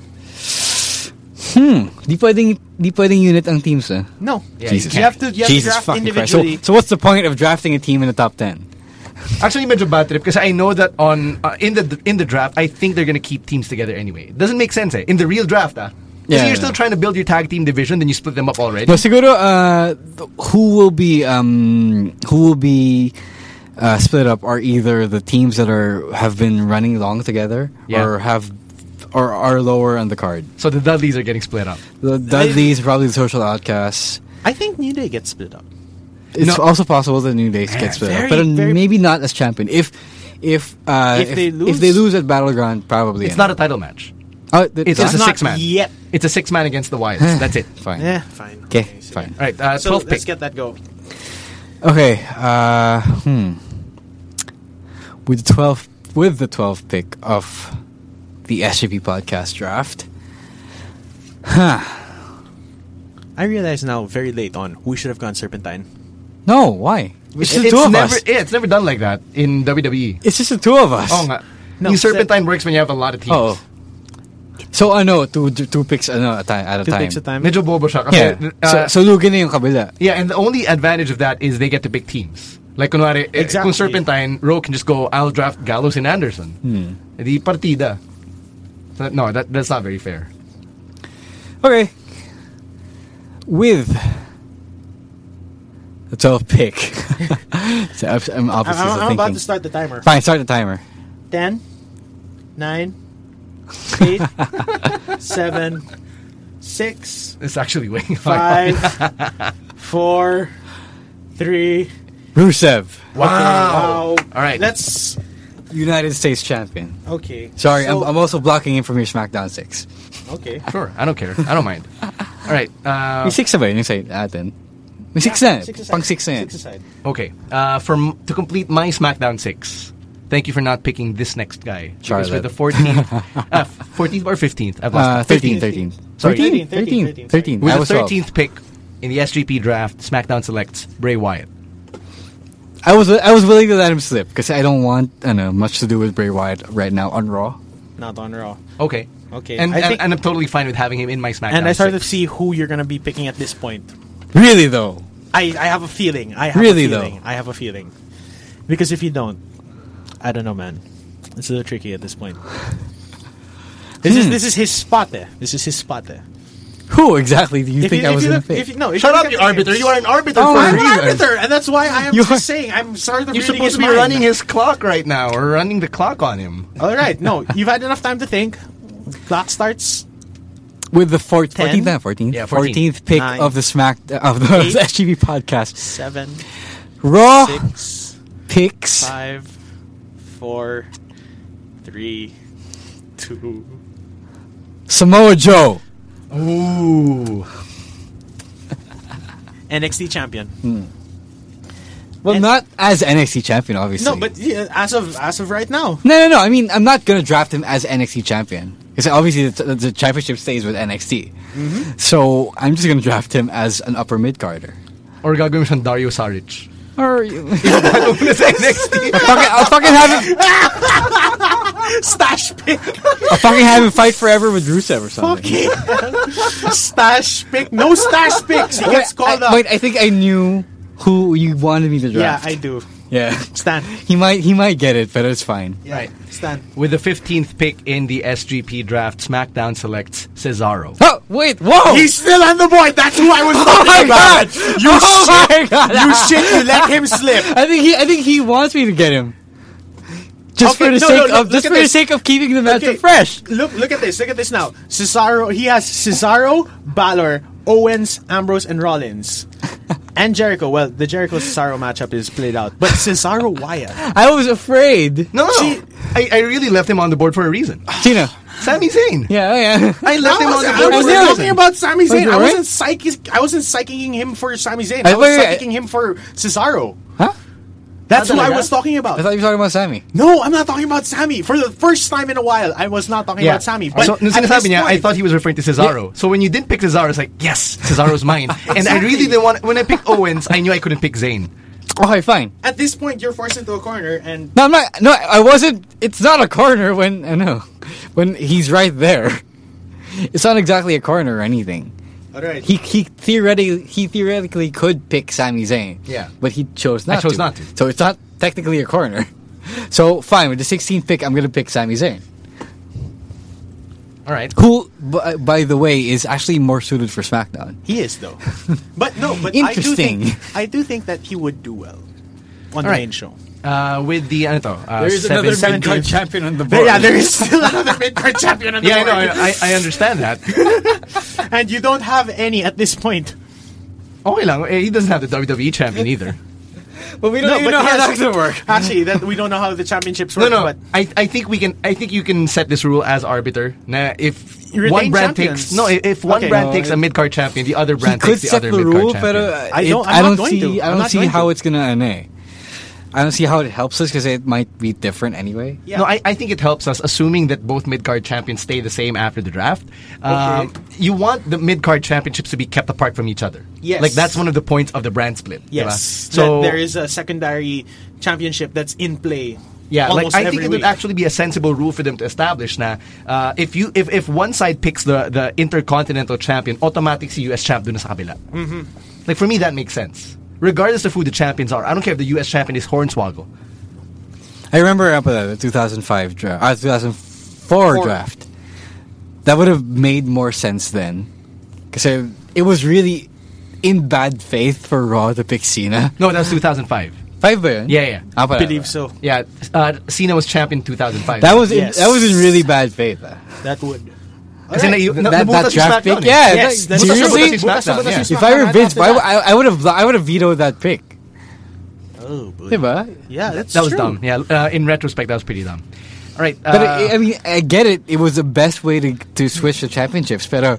S6: Di pwedeng, di pwedeng unit ang teams, eh?
S5: No.
S4: Yeah,
S6: Jesus.
S5: You have to, you have
S6: Jesus
S5: to draft
S6: fucking
S5: individually.
S6: Christ. So, so what's the point of drafting a team in the top 10?
S4: Actually, medyo bad trip because I know that on uh, in the in the draft, I think they're gonna keep teams together anyway. It doesn't make sense, eh? In the real draft, ah. Because
S6: Yeah,
S4: you're
S6: yeah.
S4: still trying to build your tag team division, then you split them up already.
S6: No, siguro uh, th- who will be um, who will be uh, split up are either the teams that are have been running long together
S4: Yeah.
S6: or have or are lower on the card.
S4: So the Dudleys are getting split up.
S6: The Dudleys probably the social outcasts.
S5: I think New Day gets split up.
S6: It's
S4: No.
S6: also possible that New Day gets split
S5: very,
S6: up, but um,
S5: very-
S6: maybe not as champion. If if, uh,
S5: If they lose?
S6: if they lose at Battleground, probably
S4: It's not a title match.
S6: Oh, th-
S4: It's
S6: not?
S4: just a
S5: Not
S4: six man.
S5: yet.
S4: It's a six man against the Wyatts. That's it.
S6: fine.
S5: Yeah, fine.
S6: Okay,
S5: so yeah.
S6: fine.
S4: All right, uh,
S5: So
S4: 12
S5: let's
S4: pick.
S5: get that go.
S6: Okay. Uh, hmm. With the twelve, with the twelve pick of the SGP podcast draft,
S5: I realize now, very late on, we should have gone Serpentine.
S6: no, why? It's
S4: It-
S6: just the two of
S4: never,
S6: us.
S4: yeah, it's never done like that in WWE.
S6: It's just the two of us.
S4: Oh, nga.
S5: No,
S4: Yung serpentine works when you have a lot of teams.
S6: Oh. So ano, two two picks ano at, a ti- at a
S5: Two
S6: time.
S5: picks at a time.
S4: Medyo bobo siya. Kasi,
S6: Yeah.
S4: uh,
S6: so so lugi na yung kabila.
S4: yeah, and the only advantage of that is they get to pick teams. Like, kunwari, eh,
S5: Exactly.
S4: kung serpentine, Rowe can just go, I'll draft Gallows and Anderson. Hmm. Di partida. Uh, No, that, that's not very fair.
S6: Okay. With the
S5: <laughs>
S6: 12th pick. so I'm,
S5: I'm, I'm- I'm
S6: I'm opposite of
S5: about
S6: thinking.
S5: to start the timer.
S6: Fine, start the timer.
S5: Ten, nine,
S6: <laughs>
S5: eight, seven, six,
S4: It's actually <laughs> way
S5: five, four, three.
S6: Rusev,
S4: Wow. All right.
S5: Let's.
S6: United States champion.
S5: Okay.
S6: Sorry,
S5: So-
S6: I'm, I'm also blocking him from your SmackDown 6.
S5: okay.
S4: Sure, I don't care. I don't mind. All right. Uh,
S6: May 6 na ba yun yung side natin? May 6 na.
S5: Oh. Six aside.
S6: Pang 6 na yan.
S5: Six aside.
S4: Okay. Uh, from to complete my SmackDown six. Thank you for not picking this next guy. Because with
S6: Charlotte.
S4: the
S6: <laughs>
S4: fourteenth, uh, fourteenth or fifteenth, I've lost.
S6: Uh,
S4: count.
S6: 13, 13.
S5: 13.
S6: Sorry,
S5: 13,
S6: 13,
S5: 13,
S6: 13.
S4: With
S6: I
S4: the
S6: was uh, 12.
S4: thirteenth pick in the SGP draft, SmackDown selects Bray Wyatt.
S6: I was I was willing to let him slip because I don't want ano, much to do with Bray Wyatt right now on Raw.
S5: Not on Raw.
S4: Okay.
S5: Okay,
S4: And,
S5: I
S4: and,
S5: think-
S4: and I'm totally fine with having him in my SmackDown.
S5: And I started to
S4: six.
S5: see who you're going to be picking at this point.
S6: Really though,
S5: I, I have a feeling. I have
S6: Really,
S5: a feeling.
S6: though?
S5: I have a feeling. Because if you don't, I don't know, man. It's a little tricky at this point. This is this is his spot. Eh. This is his spot. Eh.
S6: who exactly do you think I
S5: if
S6: was
S5: you
S6: going
S5: look-
S6: to pick?
S5: if you- no, if
S4: Shut
S5: you
S4: up,
S5: look
S4: you
S5: at the
S4: arbiter!
S5: names-
S4: You are an arbiter.
S6: Oh,
S4: for
S5: I'm
S4: a
S5: an
S6: you are-
S5: arbiter, and that's why I am
S6: You are-
S5: just saying. I'm sorry.
S4: You're supposed to be running his clock right now, or running the clock on him.
S5: All right. No, you've had enough time to think. Clock starts.
S6: With the four,
S5: 10?
S6: 14th, 14th,
S4: Yeah, 14th.
S6: 14th pick
S5: Nine.
S6: of the Smack of the <laughs>
S5: Eight.
S6: SGB podcast.
S5: Seven,
S6: Raw
S5: six,
S6: picks.
S5: five, four, three, two.
S6: Samoa Joe.
S4: Ooh.
S5: NXT champion.
S6: Well,
S5: And-
S6: not as NXT champion, obviously.
S5: No, but yeah, as of as of right now,
S6: no, no, no. I mean, I'm not gonna draft him as NXT champion because obviously the, the championship stays with NXT.
S5: Mm-hmm.
S6: So I'm just gonna draft him as an upper mid carder.
S4: Or gagawin mo siyang Dario Saric.
S6: Or <laughs> you-
S4: Gagawin mo sa
S5: <laughs>
S4: NXT.
S6: fucking, I'll fucking have him.
S5: <laughs> stash pick,
S6: I'll fucking have him fight forever with Rusev or something.
S5: stash pick, no stash picks. He gets called
S6: I,
S5: up.
S6: wait, I think I knew who you wanted me to
S5: yeah,
S6: draft.
S5: I do.
S6: Yeah.
S5: Stan,
S6: He might he might get it, but it's fine.
S4: Right.
S5: Stan.
S4: With the 15th pick in the SGP draft, SmackDown selects Cesaro.
S6: Oh wait! Whoa!
S5: He's still on the board. That's who I was
S6: oh
S5: <laughs>
S6: my
S5: talking about.
S6: god!
S5: You <laughs>
S6: oh
S5: shit.
S6: my god!
S5: You
S6: <laughs>
S5: shit. You let him slip.
S6: I think he I think he wants me to get him. Just
S5: Okay,
S6: for the
S5: no, no,
S6: sake
S5: look-
S6: of
S5: look
S6: just
S5: at
S6: for the
S5: this.
S6: sake of keeping the matchup
S5: Okay.
S6: fresh.
S5: Look, look at this. Look at this now. Cesaro. He has Cesaro, Balor, Owens, Ambrose, and Rollins. And Jericho. Well, the Jericho Cesaro matchup is played out, but Cesaro Wyatt.
S6: I was afraid.
S4: No, no. I, I really left him on the board for a <sighs> reason.
S6: Tina.
S4: Sami Zayn.
S6: Yeah, oh yeah.
S4: I left
S5: I
S4: him on
S5: was,
S4: the
S5: I
S4: board for
S5: was
S6: wasn't
S4: a
S5: talking
S4: reason.
S5: about Sami
S6: Was
S5: Zayn.
S6: it
S5: I
S6: alright?
S5: wasn't psychic. I wasn't psyching him for Sami Zayn.
S6: I
S5: I was
S6: thought you-
S5: psyching him for Cesaro.
S6: Huh?
S5: That's who I
S4: talaga?
S5: was talking
S6: I thought
S5: about.
S6: you were talking about Sammy.
S5: No, I'm not talking about Sammy. For the first time in a while, I was not talking about Sammy. But
S4: so, nung
S5: at
S4: sinasabi
S5: this
S4: niya, I
S5: point-
S4: thought he was referring to Cesaro. So when you didn't pick Cesaro, it's like, yes, Cesaro's <laughs> mine. And I really didn't want, when I picked Owens, I knew I couldn't pick Zayn.
S6: Okay, Oh, fine.
S5: at this point you're forced into a corner, and
S6: No, I'm not. No, I wasn't. It's not a corner when I know when he's right there. It's not exactly a corner or anything.
S5: all right,
S6: He he theoretically he theoretically could pick Sami Zayn.
S4: Yeah.
S6: but he chose not.
S4: I chose
S6: to.
S4: not to.
S6: So it's not technically a corner. So fine with the 16th pick, I'm gonna pick Sami Zayn.
S4: All right.
S6: Who, b- by the way, is actually more suited for SmackDown.
S5: He is <laughs> though. But no, but I do
S6: Interesting.
S5: think I do think that he would do well on the
S4: Alright.
S5: main show.
S4: Uh, with the ano to, uh,
S6: There is
S4: seven-
S6: another
S5: seven
S6: mid-card
S5: teams.
S6: champion on the
S5: But
S6: board.
S5: yeah, <laughs> there is still another mid card champion on the
S4: Yeah, I know.
S5: board.
S4: I, I- I understand that. <laughs>
S5: and you don't have any at this point.
S4: Okay lang. Eh, He doesn't have the WWE champion either.
S6: but we don't
S5: No,
S6: even
S5: but
S6: know how
S5: yes.
S6: that's gonna work.
S5: Actually, that we don't know how the championships
S4: No,
S5: work.
S4: no.
S5: But
S4: I, I think we can. I think you can set this rule as arbiter. Nah, if
S5: You
S4: one
S5: retain
S4: brand
S5: champions.
S4: takes no, i- if one
S5: Okay.
S4: brand
S5: No,
S4: takes a
S6: it-
S4: mid card champion, the other brand
S6: could
S4: takes the
S6: set
S4: other
S6: the
S4: mid
S6: rule,
S4: card
S6: but
S4: champion.
S6: uh,
S5: I
S6: it-
S5: don't- I'm
S6: I
S5: not
S6: don't
S5: going
S6: see.
S5: to.
S6: I
S5: I'm
S6: don't
S5: not
S6: see
S5: going
S6: how
S5: to.
S6: it's gonna annay. I don't see how it helps us because it might be different anyway.
S5: yeah.
S4: No, I, I think it helps us, assuming that both mid card champions stay the same after the draft. Um, You want the mid card championships to be kept apart from each other.
S5: Yes.
S4: Like, that's one of the points of the brand split. di ba?
S5: yes,
S4: So,
S5: so there is a secondary championship that's in play.
S4: Yeah, like,
S5: almost
S4: I
S5: every
S4: think it
S5: week.
S4: would actually be a sensible rule for them to establish na uh, if you if, if one side picks the, the intercontinental champion, automatic si US champ dun na sa kabila. Mm-hmm. Like for me that makes sense. Regardless of who the champions are. I don't care if the US champion is Hornswoggle.
S6: I remember up uh, the 2005 draft, uh, 2004 draft. That would have made more sense then, because it, it was really in bad faith for Raw to pick Cena.
S4: No, that was 2005.
S6: Five ba yun?
S4: Yeah, yeah.
S6: Ah, pala,
S5: believe so.
S6: pala.
S4: Yeah, uh, Cena was champion 2005.
S6: That was in,
S5: Yes.
S6: that was in really bad faith. ah.
S5: That would.
S4: Kasi na, na,
S6: That,
S4: nabutas
S6: that
S4: yung
S6: draft
S4: SmackDown
S6: pick,
S4: eh.
S6: yeah.
S5: Yes,
S6: that,
S4: Nabutas-
S5: that's-
S6: seriously,
S4: nabutas yung SmackDown,
S5: Nabutas
S4: yeah.
S5: yung
S6: if I were
S5: SmackDown
S6: Vince,
S5: after
S6: why, would-
S5: that.
S6: I, I would have I would have vetoed that pick,
S5: Oh, boy.
S6: diba?
S5: Yeah, that's
S4: That was
S5: true.
S4: dumb. Yeah, uh, in retrospect, that was pretty dumb. All right. Uh,
S6: But I, I mean, I get it. It was the best way to to switch the championships. But uh,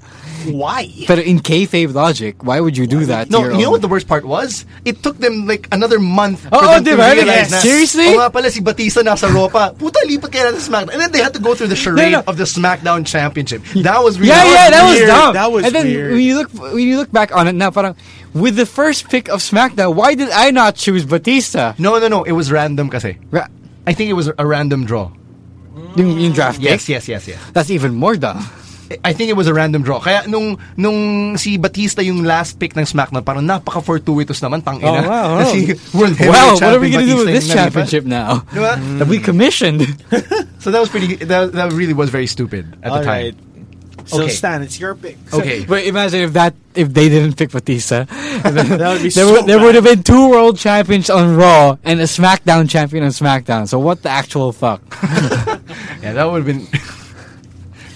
S5: Why?
S6: but in kayfabe logic, why would you do that? to
S4: No,
S6: your
S4: you know
S6: own-
S4: what the worst part was? It took them like another month for
S6: Oo,
S4: them to
S6: diba? Like,
S4: realize na,
S6: seriously?
S4: Oh, nga pala si Batista nasa ropa. Puta, lipat kaya natin SmackDown. And then they had to go through the charade
S6: No, no.
S4: of the SmackDown Championship. That was really
S6: Yeah, yeah, that was
S5: weird.
S6: dumb.
S5: That was
S6: and then
S5: weird.
S6: when you look when you look back on it now, parang, with the first pick of SmackDown, why did I not choose Batista?
S4: No, no, no. It was random kasi.
S6: Ra-
S4: I think it was a random draw.
S6: yung, yung draft
S4: Yes,
S6: pick.
S4: yes, yes, yes.
S6: That's even more dumb.
S4: I think it was a random draw. Kaya nung nung si Batista yung last pick ng SmackDown, parang napaka-fortuitous naman, tang ina. <laughs>
S5: <laughs>
S6: Oh, wow, wow.
S4: Na si World Heavyweight
S6: wow, what are
S4: Champion
S6: we gonna do
S4: Batista
S6: with
S4: yung
S6: this
S4: nalipat.
S6: championship now
S4: Diba?
S6: <laughs> that we commissioned?
S4: So that was pretty, that, that really was very stupid at the
S5: All
S4: time.
S5: right. So
S4: Okay.
S5: Stan, it's your pick.
S6: <laughs>
S4: Okay.
S6: But imagine if that if they didn't pick Batista,
S5: <laughs> That would be
S6: there,
S5: so
S6: would, there
S5: bad.
S6: would have been two world champions on Raw and a SmackDown champion on SmackDown. So what the
S5: <laughs>
S6: actual fuck?
S4: Yeah, that would have been. <laughs>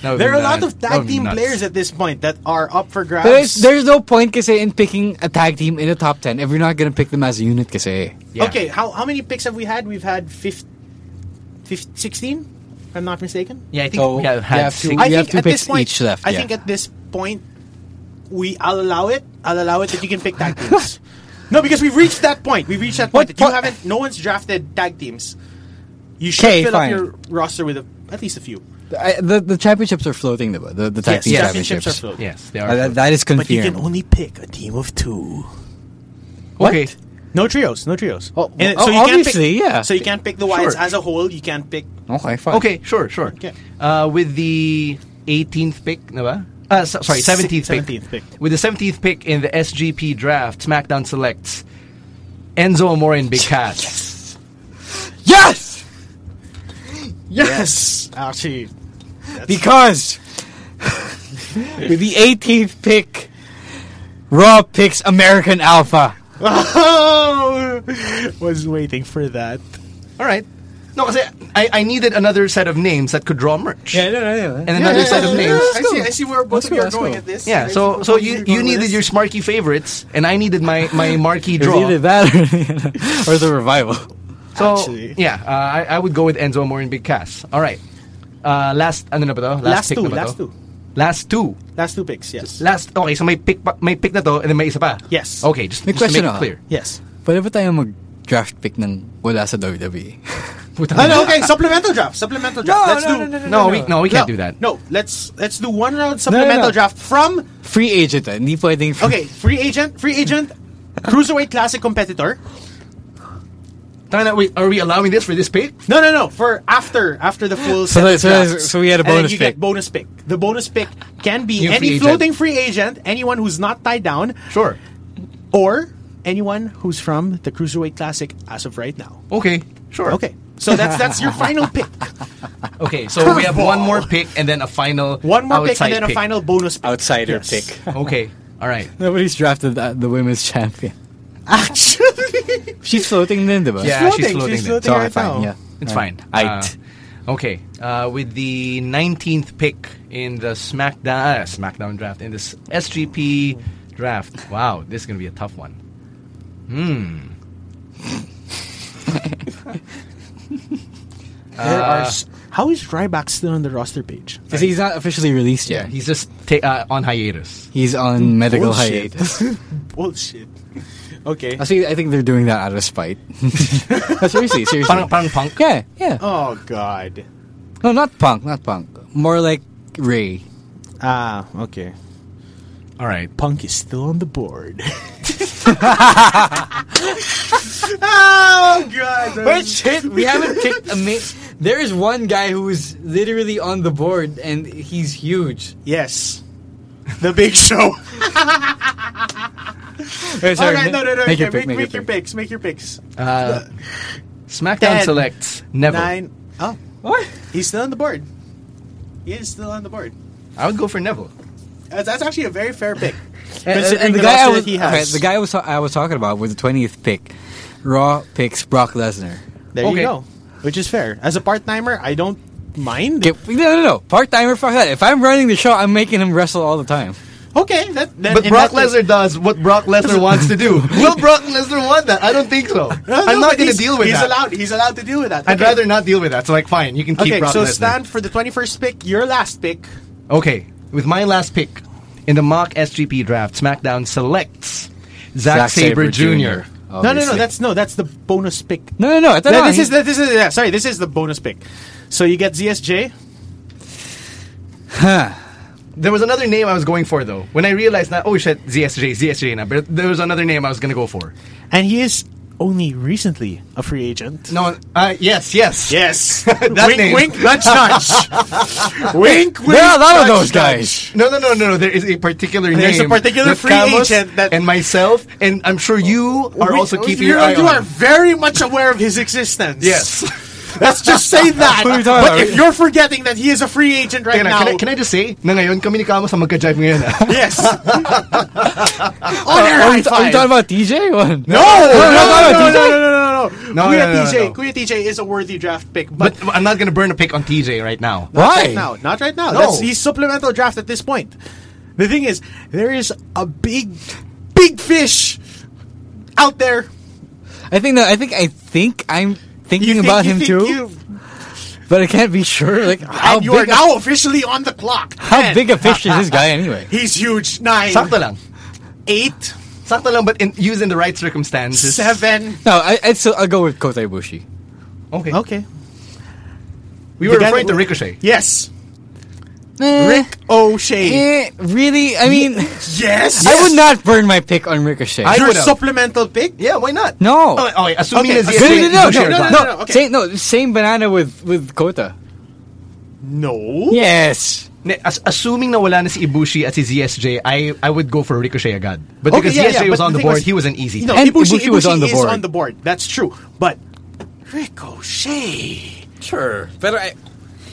S4: that would've
S5: There are a
S4: been
S5: lot
S4: nuts. That
S5: of tag
S4: would've been
S5: team
S4: nuts.
S5: players at this point that are up for grabs.
S6: There's there's no point kasi in picking a tag team in the top ten if you're not gonna pick them as a unit kasi.
S4: Yeah.
S5: Okay, how, how many picks have we had? We've had fif- fif- 16, if I'm not mistaken.
S4: Yeah, I think
S6: So,
S4: we have
S6: you
S4: had
S6: have to-
S4: six.
S6: I- We have two picks each left,
S5: I
S6: yeah.
S5: think at this point, we I'll allow it. I'll allow it that you can pick tag teams.
S6: <laughs>
S5: no, because we've reached that point. We've reached that point. that
S6: What
S5: you
S6: po-
S5: haven't. No one's drafted tag teams. You should
S6: 'Kay,
S5: fill
S6: fine.
S5: up your roster with a, at least a few.
S6: I, Uh, the the championships are floating diba? the the tag
S5: Yes,
S6: team
S5: yes.
S6: championships.
S5: Championships are floating.
S4: Yes, they
S6: Uh,
S4: are.
S6: that, that is
S5: But you
S6: confirmed.
S5: can only pick a team of two.
S4: okay.
S6: What?
S5: No trios. No trios.
S6: Oh,
S5: And
S6: well,
S5: you can't
S6: obviously,
S5: pick,
S6: yeah.
S5: So you can't pick the Wyatts
S4: Sure.
S5: as a whole. You can't pick.
S6: Okay, fine.
S4: Okay, sure, sure.
S5: Okay.
S4: Uh, with the 18th pick, na ba? Uh, so- sorry, 17th pick.
S5: 17th pick.
S4: With the 17th pick in the SGP draft, SmackDown selects Enzo Amore and Big Cass.
S6: Yes,
S5: Yes, Ah, <laughs> actually,
S6: because <laughs> with the 18th pick, Raw picks American Alpha.
S5: Oh, was waiting for that.
S4: All right. No, kasi I, I needed another set of names that could draw merch.
S6: no, no,
S4: And another set of names.
S5: I see. I see where both
S6: Let's
S5: of
S6: go,
S5: you are
S6: let's
S5: going
S6: go.
S5: at this.
S4: Yeah,
S5: I
S4: so
S5: see
S4: so
S5: both of
S4: you,
S5: are going
S4: you
S5: with
S4: needed
S5: this.
S4: your smarky favorites, and I needed my, my <laughs> marquee
S6: It's
S4: draw.
S6: either that or, <laughs> or the revival.
S4: So,
S5: Actually.
S4: yeah, uh, I, I would go with Enzo Amore and Big Cass. All right. Uh, last, ano na ba to?
S5: Last
S4: pick
S5: two,
S4: na ba to?
S5: last two.
S4: Last two.
S5: last two picks. Yes.
S4: Last, okay, so may pick, pa- may pick na to, and then may isa pa.
S5: Yes.
S4: Okay, just,
S6: May
S4: just to
S6: question
S4: make it
S6: ako.
S4: clear.
S5: yes.
S6: Pwede ba tayo mag-draft pick ng wala sa E, WWE?
S4: Puta
S5: Ah,
S4: na.
S5: no, <laughs> okay, supplemental draft. Supplemental draft. let's do
S4: No, we, no, we can't do that.
S5: No, let's let's do one round supplemental
S6: no.
S5: draft from
S6: Free agent, ah. hindi pwedeng free.
S5: okay free agent, free <laughs> agent, cruiserweight classic competitor.
S4: Tanga na, wait, are we allowing this for this pick?
S5: No, no, no. For after after the full.
S6: So
S5: set
S6: that-
S5: of
S6: so that's-
S5: drafts.
S6: so we had a
S5: And then
S6: bonus
S5: you
S6: pick.
S5: Get bonus pick. The bonus pick can be
S4: Yung
S5: any
S4: free agent.
S5: floating free agent, anyone who's not tied down,
S4: Sure.
S5: or anyone who's from the cruiserweight classic as of right now.
S4: Okay, sure.
S6: <laughs>
S5: Okay, so that's that's your final pick.
S4: Okay, so we
S5: <laughs>
S4: have one more pick and then a final
S5: One more pick
S4: outside
S5: and then a final bonus pick.
S6: Outsider
S5: Yes. <laughs>
S6: pick.
S4: Okay, all right.
S6: Nobody's drafted the, the women's champion.
S5: Actually,
S6: She's floating then, diba?
S4: Yeah,
S5: floating,
S4: she's floating.
S5: she's
S4: then.
S5: floating.
S6: Sorry,
S5: right now.
S6: fine. Yeah,
S4: It's
S6: Alright.
S4: fine.
S6: Aight.
S4: Uh, okay, uh, with the 19th pick in the SmackDown uh, SmackDown draft in this SGP draft. Wow, this is gonna be a tough one.
S5: there
S6: Uh,
S5: are. s- How is Ryback still on the roster page?
S6: Because he's not officially released yet.
S4: He's just ta- uh, on hiatus.
S6: He's on medical
S5: Bullshit.
S6: hiatus. <laughs>
S5: Bullshit. <laughs> Okay.
S6: Actually, I think they're doing that out of spite. <laughs> no, seriously, seriously.
S4: Parang, parang punk.
S6: Yeah, yeah.
S5: Oh God.
S6: No, not punk, not punk. More like Ray.
S5: Ah, okay.
S4: All right.
S5: Punk is still on the board. oh God.
S6: shit, we haven't picked a mate. There is one guy who is literally on the board, and he's huge.
S5: Yes. The Big <laughs> Show. All right, no, no, no.
S6: Make
S5: okay,
S6: your
S5: make,
S6: pick. Make
S5: make your
S6: pick.
S5: picks. Make your picks.
S4: Uh, SmackDown
S5: Ten,
S4: selects Neville.
S5: Nine. Oh,
S6: What?
S5: he's still on the board. He is still on the board.
S4: I would go for Neville.
S5: That's, that's actually a very fair pick.
S6: And,
S5: Considering
S6: and Uh, the,
S5: the
S6: guy I
S5: roster
S6: was,
S5: that he has.
S6: okay, the guy I was, I was talking about was the twentieth pick. Raw picks Brock Lesnar.
S5: There
S4: Okay.
S5: you go. Which is fair. As a part timer, I don't mind.
S6: Okay, no, no, no. Part timer, fuck that. If I'm running the show, I'm making him wrestle all the time.
S5: Okay, that, then
S4: But
S5: in
S4: Brock
S5: that case-
S4: Lesnar does what Brock Lesnar wants to
S5: <laughs>
S4: do. Will Brock Lesnar want that? I don't think so.
S5: No, no,
S4: I'm
S5: but
S4: not going to
S5: he's-
S4: deal with
S5: he's
S4: that.
S5: allowed. He's allowed to deal with that.
S4: I'd
S5: Okay.
S4: rather not deal with that. So, like, fine, you can keep
S5: Okay,
S4: Brock
S5: so
S4: Lesnar.
S5: stand for the twenty-first pick. Your last pick.
S4: Okay, with my last pick in the mock SGP draft, SmackDown selects Zack, Saber Jr.
S5: No, no, no. That's no. That's the bonus pick.
S6: Oh, no, no, no. I thought
S5: No,
S6: no,
S5: this
S6: he-
S5: is the, this is yeah, sorry. This is the bonus pick. So you get ZSJ.
S4: There was another name I was going for though. When I realized that, oh shit, ZSJ, ZSJ, na, but there was another name I was going to go for.
S5: And he is only recently a free agent.
S4: No, uh, yes, yes,
S5: <laughs> Yes.
S4: That
S5: wink,
S4: name.
S5: wink, nudge, nudge.
S6: <laughs>
S5: wink, wink.
S6: There are a lot of
S5: nudge,
S6: those guys.
S4: No, no, no, no, no. There is a particular name.
S5: There's a particular
S4: that
S5: free
S4: Camus
S5: agent that-
S4: and myself, and I'm sure you are
S5: We- oh,
S4: also keeping
S5: you,
S4: your eye
S5: you
S4: on.
S5: are very much aware of his existence.
S4: Yes.
S5: <laughs> Let's just
S6: <laughs>
S5: say that.
S6: What are we talking
S5: but
S6: about?
S5: if you're forgetting that he is a free agent right
S4: Teka na,
S5: now.
S4: can, I, can I just say, na ngayon kami ni Camus ang magka-jive ngayon. ah.
S6: <laughs>
S5: Yes. On air
S6: Uh, Are
S5: high
S6: we, are we
S5: five.
S6: talking about DJ? What?
S5: no, no, <laughs> no, no, no, no, no, no, no,
S6: <laughs>
S4: No, no,
S5: Kuya
S4: no, no,
S5: TJ,
S4: no.
S5: Kuya TJ is a worthy draft pick, but,
S4: But I'm not going to burn a pick on TJ right now.
S5: not
S6: Why?
S5: right now. Not right now.
S4: No.
S5: That's, he's supplemental draft at this point. The thing is, there is a big, big fish out there.
S6: I think no. I think I think I'm thinking
S5: think-
S6: about him
S5: think
S6: too,
S5: you-
S6: but I can't be sure. Like how
S5: and you are
S6: big? a-
S5: now officially on the clock.
S6: how
S5: Ten.
S6: big a fish is this guy anyway?
S5: He's huge. Nine,
S4: Sakto lang.
S5: eight,
S4: Sakto lang, but in, used in the right circumstances.
S5: seven.
S6: No, I, I'd still, I'll go with Kota Ibushi.
S4: Okay.
S5: Okay.
S4: We were
S5: The guy
S4: referring
S5: that-
S4: to Ricochet.
S5: Yes.
S6: Eh,
S5: Rick O'Shea.
S6: eh, really? I mean,
S5: Yes.
S6: I would not burn my pick on Ricochet.
S4: I-
S5: Your
S4: would've.
S5: supplemental pick.
S4: Yeah, why not?
S6: No.
S4: Oh, oh, assuming
S5: Okay,
S4: it's Ibushi
S5: assuming-
S4: or
S6: no, no, no, no, no, no,
S4: Gonzaga.
S5: no, okay.
S6: Same, no, same banana with with Kota.
S5: No.
S6: Yes.
S4: Ne, as- assuming na wala na si Ibushi at si ZSJ, I, I would go for Ricochet agad. But
S5: Okay,
S4: because
S5: yeah,
S4: ZSJ
S5: yeah,
S4: was
S5: but
S4: on
S5: the
S4: the
S5: thing
S4: board,
S5: is-
S4: he was an easy.
S5: No,
S4: pick.
S6: And
S5: Ibushi,
S6: Ibushi was on the
S5: is
S6: board.
S5: on the board. That's true. But Ricochet.
S6: Sure. But I.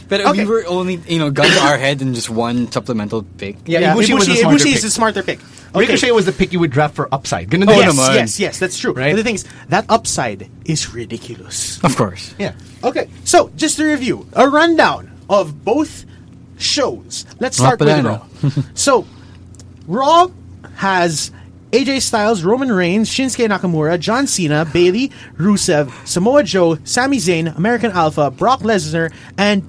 S6: But
S5: Okay.
S6: we were only, you know, gun to our head and just one supplemental pick.
S4: Yeah, Ibushi, was the smarter
S5: Ibushi
S4: pick.
S5: is a smarter pick. Okay.
S4: Ricochet was the pick you would draft for upside. Ganun
S6: Oh,
S4: din.
S5: Yes,
S6: naman.
S5: yes, yes, that's true.
S4: Right?
S5: But the thing is, that upside is ridiculous.
S6: Of course. <laughs>
S4: Yeah.
S5: Okay, so just to review, a rundown of both shows. Let's start with
S6: Rapalano.
S5: Raw. so, Raw has AJ Styles, Roman Reigns, Shinsuke Nakamura, John Cena, Bailey, Rusev, Samoa Joe, Sami Zayn, American Alpha, Brock Lesnar, and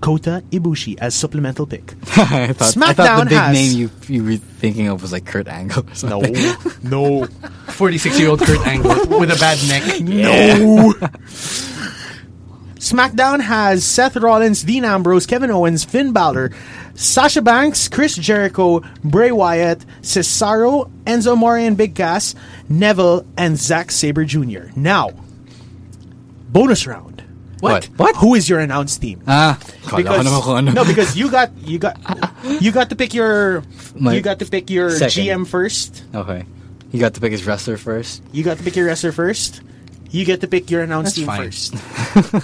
S5: Kota Ibushi as supplemental pick.
S6: I, thought, I thought the
S5: SmackDown
S6: big
S5: has-
S6: name you, you were thinking of was like Kurt Angle or
S5: <laughs> No,
S6: something.
S5: no,
S4: 46 year old Kurt Angle with a bad neck.
S5: no. <laughs> SmackDown has Seth Rollins, Dean Ambrose, Kevin Owens, Finn Balor, Sasha Banks, Chris Jericho, Bray Wyatt, Cesaro, Enzo Mori and Big Cass, Neville, and Zack Sabre Jr. Now, bonus round.
S6: What?
S5: What? Who is your announced team?
S6: Ah, kala ko naman kung ano.
S5: no, because you got you got you got to pick your
S6: My-
S5: you got to pick your
S6: Second.
S5: GM first.
S6: Okay. He got to pick his wrestler first.
S5: You got to pick your wrestler first. you get to pick your announced
S4: That's
S5: team
S4: fine.
S5: first.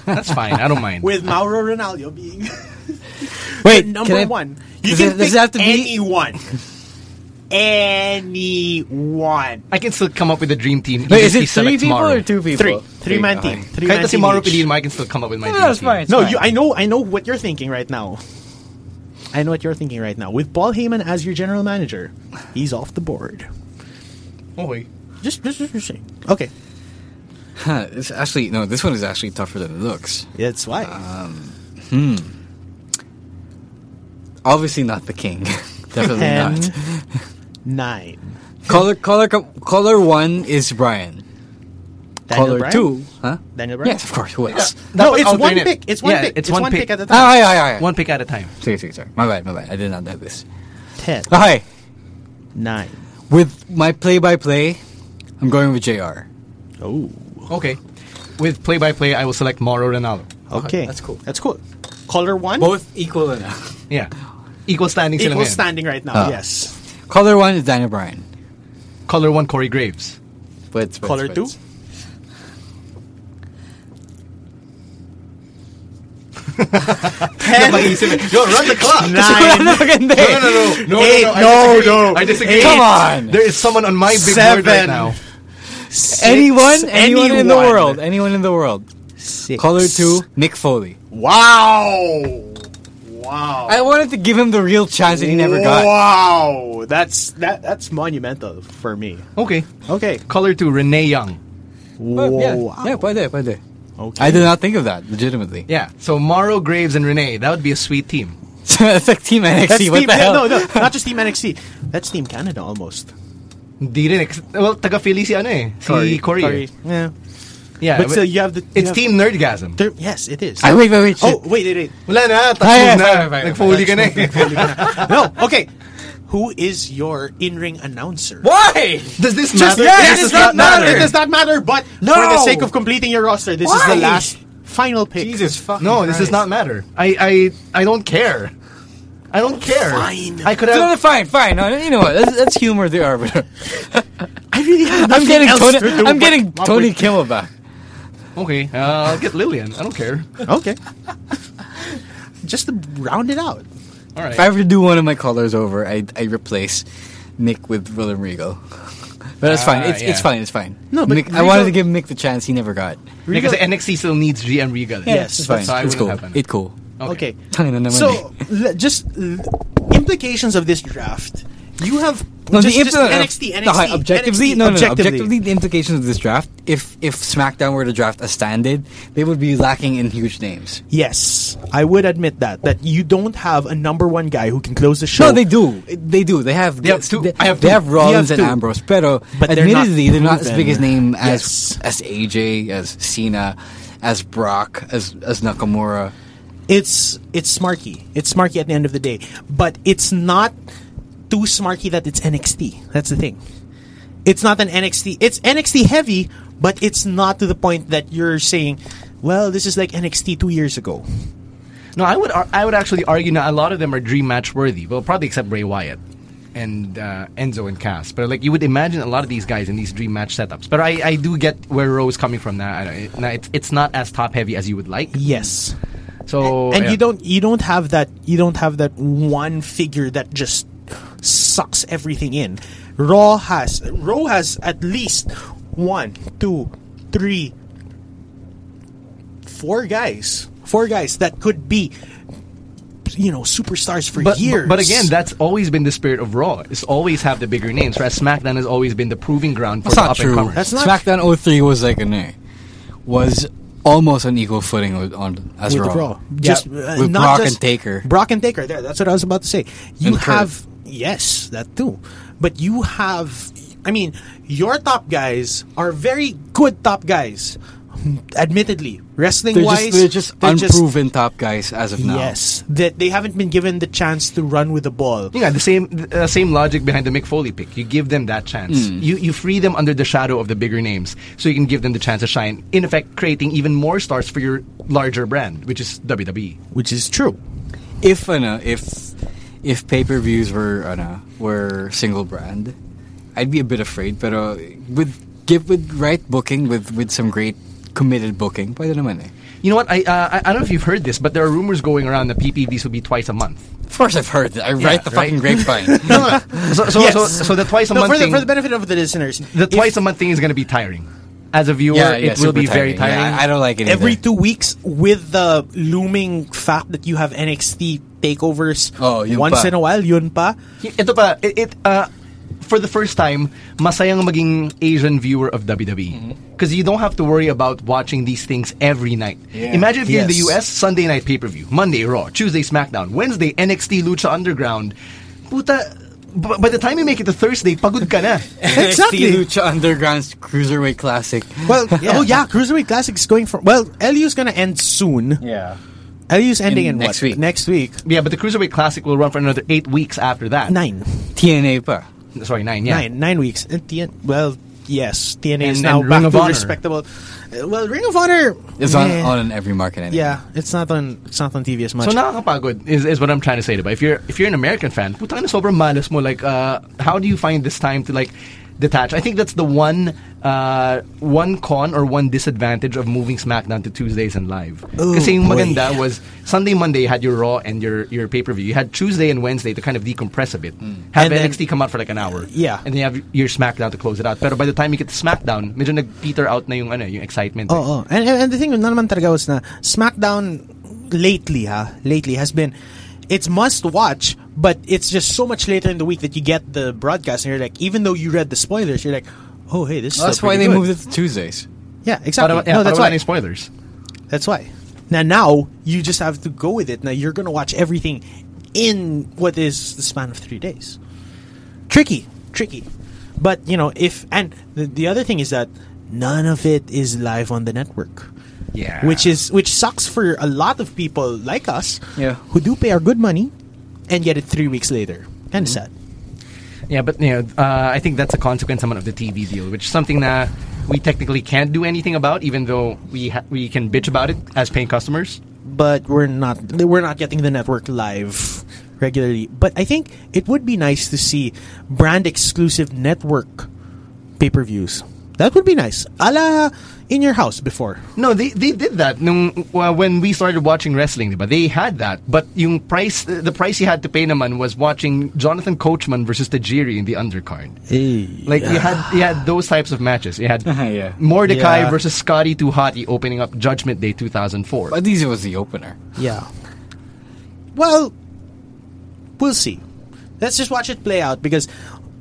S4: That's fine. I don't mind.
S5: With Mauro Ronaldo being
S6: <laughs>
S5: <laughs>
S6: Wait,
S5: number
S6: can I-
S5: one. You
S6: Does
S5: can
S6: it- does
S5: pick
S6: it have to be-
S5: anyone. anyone.
S4: I can still come up with a dream team. even
S6: Wait, is
S4: if
S6: it
S4: he select
S6: three people
S4: Mauro.
S6: or two people?
S5: Three. Three man
S6: Okay.
S5: team. Three
S4: Kahit
S5: man
S4: na si
S5: team.
S4: Mauro
S5: each.
S4: Pililma, I can still come up with my
S6: No,
S4: dream
S6: that's
S4: team.
S6: fine. It's
S5: No,
S6: fine.
S5: you I know I know what you're thinking right now. I know what you're thinking right now. With Paul Heyman as your general manager, he's off the board.
S4: Okay.
S5: Just just, just, just saying. Okay.
S6: <laughs> Huh, it's actually no. This one is actually tougher than it looks.
S5: That's why.
S4: Uh,
S6: Obviously not the king. <laughs> Definitely
S5: Ten,
S6: not.
S5: nine.
S6: Color color co- color one is Brian.
S5: Daniel
S6: color
S5: Bryan?
S6: two, huh?
S5: Daniel Bryan?
S6: Yes, of course.
S5: <laughs>
S6: Who else?
S5: No,
S4: Dapat
S5: it's one
S4: alternate.
S5: pick. It's one
S4: Yeah,
S5: pick.
S4: it's one pick.
S5: at a time.
S6: Ah, yeah, yeah, yeah.
S4: One pick at a time.
S6: Sorry, sorry, sorry. My bad, my bad. I did not know this.
S5: Ten,
S4: Ah.
S6: Okay,
S5: nine.
S6: with my play-by-play, I'm going with Jr.
S5: Oh,
S4: Okay. With play by play, I will select Mauro Ronaldo.
S5: okay.
S6: that's cool.
S5: That's cool. Color one.
S6: Both equal enough.
S4: Yeah. Equal standing sila
S5: equal
S4: ngayon.
S5: standing right now.
S4: <laughs>
S6: Ah.
S5: yes.
S6: Color one is Daniel Bryan.
S4: Color one, Corey Graves.
S6: But, but,
S5: Color
S6: but-
S5: two. Ten,
S4: Yo, run the clock.
S6: <laughs>
S5: nine,
S6: Wala na maganda eh.
S4: No, no, no, no,
S5: Eight.
S4: no, no,
S5: No,
S4: I disagree. I disagree.
S5: no. Eight.
S6: Come on.
S4: There is someone on my big board right
S5: Seven.
S4: now.
S5: six,
S6: Anyone, anyone, in the
S5: anyone.
S6: world, anyone in the world.
S5: Six.
S6: Color two, Mick Foley.
S5: Wow. Wow.
S6: I wanted to give him the real chance that he never got.
S5: Wow, that's that that's monumental for me.
S4: Okay.
S5: Okay.
S4: Color two, Renee Young.
S5: Whoa.
S6: Oh, yeah, yeah, pwede, pwede.
S5: Okay.
S6: I did not think of that, legitimately. <laughs>
S4: Yeah. So Mauro, Graves, and Renee. That would be a sweet team.
S6: it's like Team NXT.
S5: That's
S6: what
S5: team,
S6: the hell?
S5: No, no, not just Team NXT. That's Team Canada almost.
S4: Hindi rin. ex- Well, taga Philly si ano eh. Si Corey. eh.
S5: Yeah.
S4: Yeah.
S5: But still, you have the. you
S4: It's
S5: have-
S4: team Nerdgasm.
S5: There- yes, it is.
S6: Ay, wait, wait, wait.
S5: oh
S6: shit.
S5: wait, wait, wait.
S4: Wala na.
S6: Ay,
S4: Tapos
S6: ay,
S4: na.
S6: sorry, sorry, sorry.
S4: Nag-Foley ka na eh.
S5: <laughs> no, okay. Who is your in-ring announcer?
S4: Why? <laughs> Does this
S5: Just
S4: matter?
S5: yes,
S4: This
S5: it
S4: does
S5: does not matter. It does not matter. But for the
S4: No!
S5: sake of completing your roster, this is
S4: Why?
S5: the last final pick.
S6: Jesus fucking
S4: No, this does not
S6: Christ.
S4: matter. I, I, I don't care. I don't care.
S5: Fine.
S4: I could
S6: No, no, <laughs>
S4: have.
S6: fine, fine. No, you know what? Let's, let's humor the arbiter.
S5: I really have
S6: I'm
S5: nothing
S6: getting
S5: else
S6: Tony.
S5: to do but
S6: I'm getting
S5: come up
S6: Tony
S5: with-
S6: Kimmel back.
S4: Okay, uh, I'll get Lillian. I don't care.
S5: Okay. Just to round it out.
S4: All right.
S6: If I ever do one of my colors over, I I replace Mick with Willem Regal. <laughs> But that's fine.
S4: Ah,
S6: It's it's
S4: yeah.
S6: fine. It's fine.
S5: No, but
S6: Mick, I wanted to
S5: Regal-
S6: give Mick the chance he never got.
S4: Because NXT still needs GM Regal.
S5: Yes,
S6: it's fine.
S4: So I
S6: it's
S4: wouldn't
S6: cool.
S4: have one.
S6: It's cool. <laughs>
S5: Okay.
S6: Tangin na naman
S5: So, le- just l- implications of this draft. You have
S6: No,
S5: just,
S6: the
S5: just
S6: impl-
S5: NXT, NXT,
S6: no, hi, objectively,
S5: NXT,
S6: no, no, no, objectively, the implications of this draft. If if SmackDown were to draft a standard, they would be lacking in huge names.
S5: Yes, I would admit that that you don't have a number one guy who can close the show.
S6: No, they do. They do. They have.
S4: They have two.
S6: They,
S4: I have
S6: they
S4: two.
S6: have
S4: You
S6: Rollins
S5: have
S6: and
S5: two.
S6: Ambrose, pero
S5: But they're not
S6: admittedly, they're not as
S5: proven.
S6: big as name as
S5: Yes.
S6: as AJ, as Cena, as Brock, as as Nakamura.
S5: It's it's smarky. It's smarky at the end of the day, but it's not too smarky that it's NXT. That's the thing. It's not an NXT. It's NXT heavy, but it's not to the point that you're saying, "Well, this is like NXT two years ago."
S4: No, I would ar- I would actually argue now a lot of them are dream match worthy. Well, probably except Bray Wyatt and uh, Enzo and Cass. But like you would imagine a lot of these guys in these dream match setups. But I, I do get where Rose coming from now. I- now it's it's not as top heavy as you would like.
S5: Yes,
S4: So
S5: and
S4: yeah.
S5: you don't you don't have that you don't have that one figure that just sucks everything in. Raw has Raw has at least one, two, three, four guys, four guys that could be you know superstars for
S4: But,
S5: years.
S4: but again, that's always been the spirit of Raw. It's always have the bigger names. Whereas SmackDown has always been the proving ground for
S6: That's
S4: the
S6: not
S4: up
S6: true.
S4: and comers.
S5: That's not-
S6: SmackDown 03 was like a name, was almost on equal footing with, on as
S5: with
S6: Raw.
S5: Raw.
S6: Yeah.
S5: Just uh,
S6: with
S5: not
S6: Brock
S5: just-
S6: and Taker.
S5: Brock and Taker. There, that's what I was about to say. You
S6: And Kurt.
S5: have yes, that too. But you have, I mean, your top guys are very good top guys. Admittedly, wrestling
S6: they're
S5: wise,
S6: just, they're just unproven top guys as of now.
S5: Yes, that they haven't been given the chance to run with the ball.
S4: Yeah, the same uh, same logic behind the Mick Foley pick. You give them that chance. You you free them under the shadow of the bigger names, so you can give them the chance to shine. In effect, creating even more stars for your larger brand, which is E. WWE.
S5: Which is true.
S6: if ano, if if uh, pay per views were ano, were single brand, I'd be a bit afraid. But with give with right booking with with some great committed booking. Pwede naman eh.
S4: You know what? I, uh, I I don't know if you've heard this, but there are rumors going around that PPVs will be twice a month.
S6: Of course, I've heard. that. I write the
S4: right.
S6: fucking grapevine.
S5: No,
S4: So so so, so the twice a
S5: no,
S4: month
S5: for, the,
S4: thing,
S5: for the benefit of the listeners,
S4: the
S5: if
S4: twice a month thing is going to be tiring. As a viewer, it will
S6: super
S4: be very tiring.
S6: Yeah, I I don't like it.
S5: every
S6: either.
S5: two weeks with the looming fact that you have NXT takeovers
S6: Oh, yun
S5: once in
S6: pa.
S5: a while, yun pa.
S4: Ito pa, it, it, uh, for the first time, masayang maging Asian viewer of WWE. Because you don't have to worry about watching these things every night. Imagine if you're in the US,
S5: Yes.
S4: Sunday night pay per view, Monday Raw, Tuesday SmackDown, Wednesday NXT Lucha Underground. Puta, b- by the time you make it to Thursday, pagod ka na.
S6: NXT
S5: Exactly.
S6: Lucha Underground's Cruiserweight Classic. <laughs>
S5: Well, oh yeah, Cruiserweight Classic is going for. Well, LU's gonna end soon.
S6: Yeah.
S5: LU's ending in,
S6: In
S5: what?
S6: next week.
S5: Next week.
S4: yeah, but the Cruiserweight Classic will run for another eight weeks after that.
S5: Nine.
S6: TNA pa.
S4: Sorry, nine, yeah.
S5: Nine. Nine weeks. And TN, well, yes, TNA is
S4: And-
S5: now
S4: and
S5: back
S4: Ring of
S5: to
S4: Honor.
S5: respectable. Uh, well, Ring of Honor
S6: It's on,
S5: eh,
S6: on in every market anyway.
S5: Yeah, it's not on. It's not on TV as much.
S4: So nakakapagod is, is what I'm trying to say. Diba? If you're if you're an American fan, putang na sobrang malas mo. Like, uh, how do you find this time to like detach? I think that's the one uh, one con or one disadvantage of moving SmackDown to Tuesdays and live. Kasi yung
S5: boy.
S4: maganda was Sunday, Monday you had your Raw and your your pay per view. You had Tuesday and Wednesday to kind of decompress a bit. Have
S5: Mm. And then-
S4: NXT come out for like an hour.
S5: Yeah.
S4: And then you have your SmackDown to close it out. Pero by the time you get to SmackDown, medyo nag-peter out na yung ano, yung excitement. eh.
S5: Oh, And, and, and the thing na naman talaga was na SmackDown lately, ha, lately has been it's must watch, but it's just so much later in the week that you get the broadcast and you're like, even though you read the spoilers, you're like, oh hey, this. is
S6: That's
S5: still
S6: why they
S5: pretty good.
S6: moved it to Tuesdays.
S5: Yeah,
S4: Para,
S5: exactly.
S4: uh, yeah,
S5: no, that's
S4: para wala
S5: why.
S4: na yung spoilers.
S5: That's why. Now, now you just have to go with it. Now you're gonna watch everything in what is the span of three days. Tricky, tricky. But you know, if and the, the other thing is that none of it is live on the network.
S4: Yeah.
S5: Which is which sucks for a lot of people like us,
S6: Yeah.
S5: who do pay our good money, and get it three weeks later. Kind of sad.
S4: Yeah, but you know, uh, I think that's a consequence naman of the TV deal, which is something that we technically can't do anything about, even though we ha- we can bitch about it as paying customers.
S5: but we're not we're not getting the network live regularly. But I think it would be nice to see brand exclusive network pay per views. That would be nice. A la in your house before.
S4: No, they they did that nung, well, when we started watching wrestling, diba? They had that, but yung price the price you had to pay naman was watching Jonathan Coachman versus Tajiri in the undercard. Like you had you had those types of matches. You had
S6: <laughs> Yeah.
S4: Mordecai
S5: Yeah.
S4: versus Scotty Tuhati opening up Judgment Day 2004.
S6: But these was the opener.
S5: Yeah. Well, we'll see. Let's just watch it play out because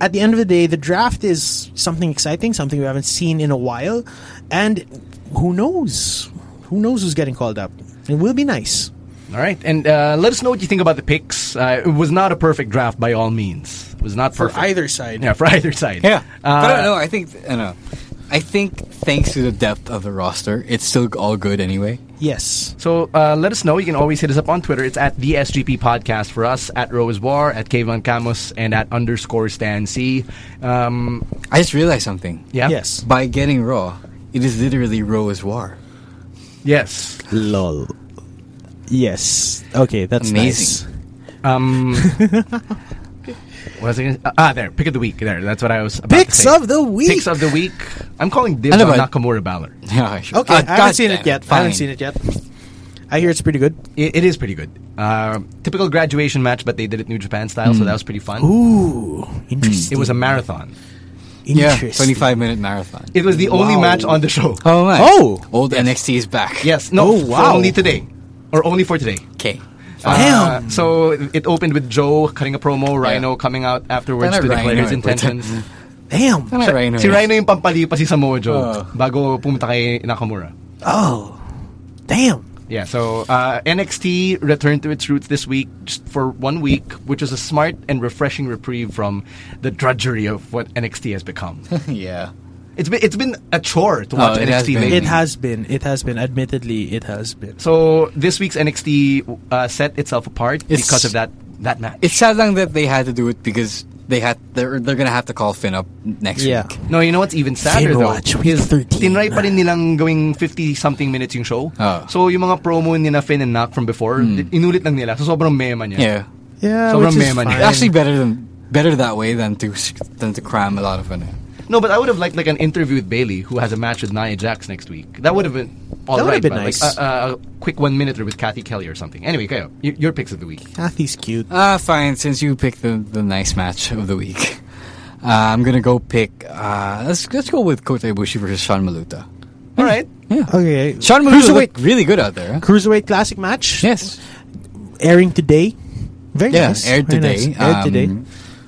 S5: at the end of the day, the draft is something exciting, something we haven't seen in a while, and who knows? Who knows who's getting called up? It will be nice.
S4: All right, and uh, let us know what you think about the picks. Uh, it was not a perfect draft by all means. It was not
S5: For
S4: perfect
S5: either side.
S4: Yeah, <laughs> for either side.
S6: Uh,
S4: Uh,
S6: but I don't know. I think I know. I think thanks to the depth of the roster, it's still all good anyway.
S5: Yes.
S4: So uh, let us know. You can always hit us up on Twitter. It's at the SGP Podcast for us, at Rose War, at Kayvon Camus, and at underscore Stan C. Um,
S6: I just realized something.
S4: yeah.
S5: Yes.
S6: By getting Raw, it is literally Raw is War. <laughs>
S4: Yes.
S5: Lol. Yes. Okay, that's
S6: Amazing.
S5: nice.
S4: What was I gonna, ah, there. Pick of the week. There. That's what I was. About
S5: Picks
S4: to say.
S5: of the week.
S4: Picks of the week. I'm calling dibs
S6: I know,
S4: on
S6: but-
S4: Nakamura Balor.
S6: Yeah. Sure.
S5: Okay,
S6: Ah,
S5: I haven't
S6: God
S5: seen
S6: damn
S5: it yet. I
S6: Fine.
S5: haven't seen it yet. I hear it's pretty good.
S4: It, it is pretty good. Uh, typical graduation match, but they did it New Japan style, so that was pretty fun.
S5: Hmm. Ooh, interesting.
S4: It was a marathon.
S6: Yeah.
S5: Interesting.
S6: Twenty-five minute marathon.
S4: It was the only
S5: Wow.
S4: match on the show.
S6: Oh my.
S5: Oh!
S6: Old NXT is back.
S4: Yes, no,
S5: Oh,
S4: f- for
S5: wow.
S4: only today, or only for today.
S6: Okay.
S4: Uh,
S5: Damn.
S4: so it opened with Joe cutting a promo, Rhino coming out afterwards
S6: Tana
S4: to declare
S6: Rhino,
S4: his
S6: eh, puta. <laughs>
S4: intentions.
S5: Damn.
S6: Tana Rhino. eh.
S4: Si Rhino yung pampalipas si Samoa Joe
S6: Oh.
S4: bago pumunta kay Nakamura.
S5: Oh. Damn.
S4: Yeah, so uh, NXT returned to its roots this week just for one week, which is a smart and refreshing reprieve from the drudgery of what NXT has
S6: <laughs>
S4: become.
S6: yeah.
S4: it's been it's been a chore to watch
S6: Oh, it has
S4: NXT
S6: been.
S4: lately.
S5: It has been. It has been. Admittedly, it has been.
S4: So this week's NXT uh, set itself apart
S6: It's-
S4: because of that that match.
S6: It's sad lang that they had to do it because they had they're they're gonna have to call Finn up next
S5: Yeah.
S6: week.
S4: no, you know what's even sadder
S5: Finn
S4: though?
S5: Watch, week
S4: is
S5: 13.
S4: tinry pa rin nilang gawing 50 something minutes yung show.
S6: Ah.
S4: So yung mga promo nila Finn and Nak from before, inulit lang nila. So sobrang mema niya.
S6: Yeah.
S5: Hmm. Yeah,
S4: Sobrang
S5: which is
S4: meme,
S5: fine.
S4: ano.
S6: Actually, better than better that way than to than to cram a lot of it. in.
S4: No, but I would have liked like an interview with Bailey, who has a match with Nia Jax next week. That would have been all
S5: That
S4: right,
S5: would have been
S4: but, like,
S5: nice.
S4: a- a, a quick one minute with Kathy Kelly or something. Anyway, Kayo, y- your picks of the week.
S5: Kathy's cute.
S6: Uh, fine. Since you picked the, the nice match of the week, uh, I'm gonna go pick. Uh, let's let's go with Kota Ibushi versus Sean Maluta.
S4: All right.
S5: Okay.
S6: uh, Sean Maluta looked
S5: Cruiserweight
S6: really good out there. huh?
S5: Cruiserweight Classic match.
S6: Yes.
S5: Airing today. Very
S6: Yeah,
S5: nice.
S6: aired
S5: Very
S6: today.
S5: nice. Aired
S6: Um,
S5: today.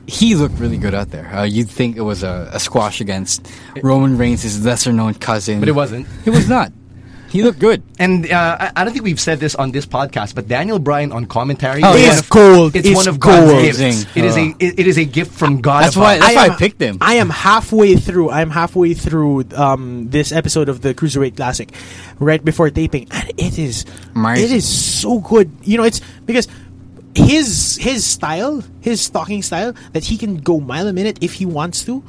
S6: He looked really good out there. Uh, you'd think it was a, a squash against Roman Reigns, his lesser-known cousin,
S4: But it wasn't.
S6: It was not. He looked good.
S4: And uh, I, I don't think we've said this on this podcast, but Daniel Bryan on commentary
S6: Oh, yeah.
S4: one
S6: Is
S4: of,
S5: gold.
S4: It's
S5: Is
S4: one of
S5: gold.
S4: God's gifts.
S6: Amazing.
S4: It is a it, it is a gift from God.
S6: That's
S4: above.
S6: why- that's
S5: I
S6: why I
S5: am-
S6: picked him.
S5: I am halfway through. I'm halfway through um, this episode of the Cruiserweight Classic, right before taping, and it is
S6: Amazing.
S5: it is so good. You know, it's because his his style, his talking style, that he can go mile a minute if he wants to,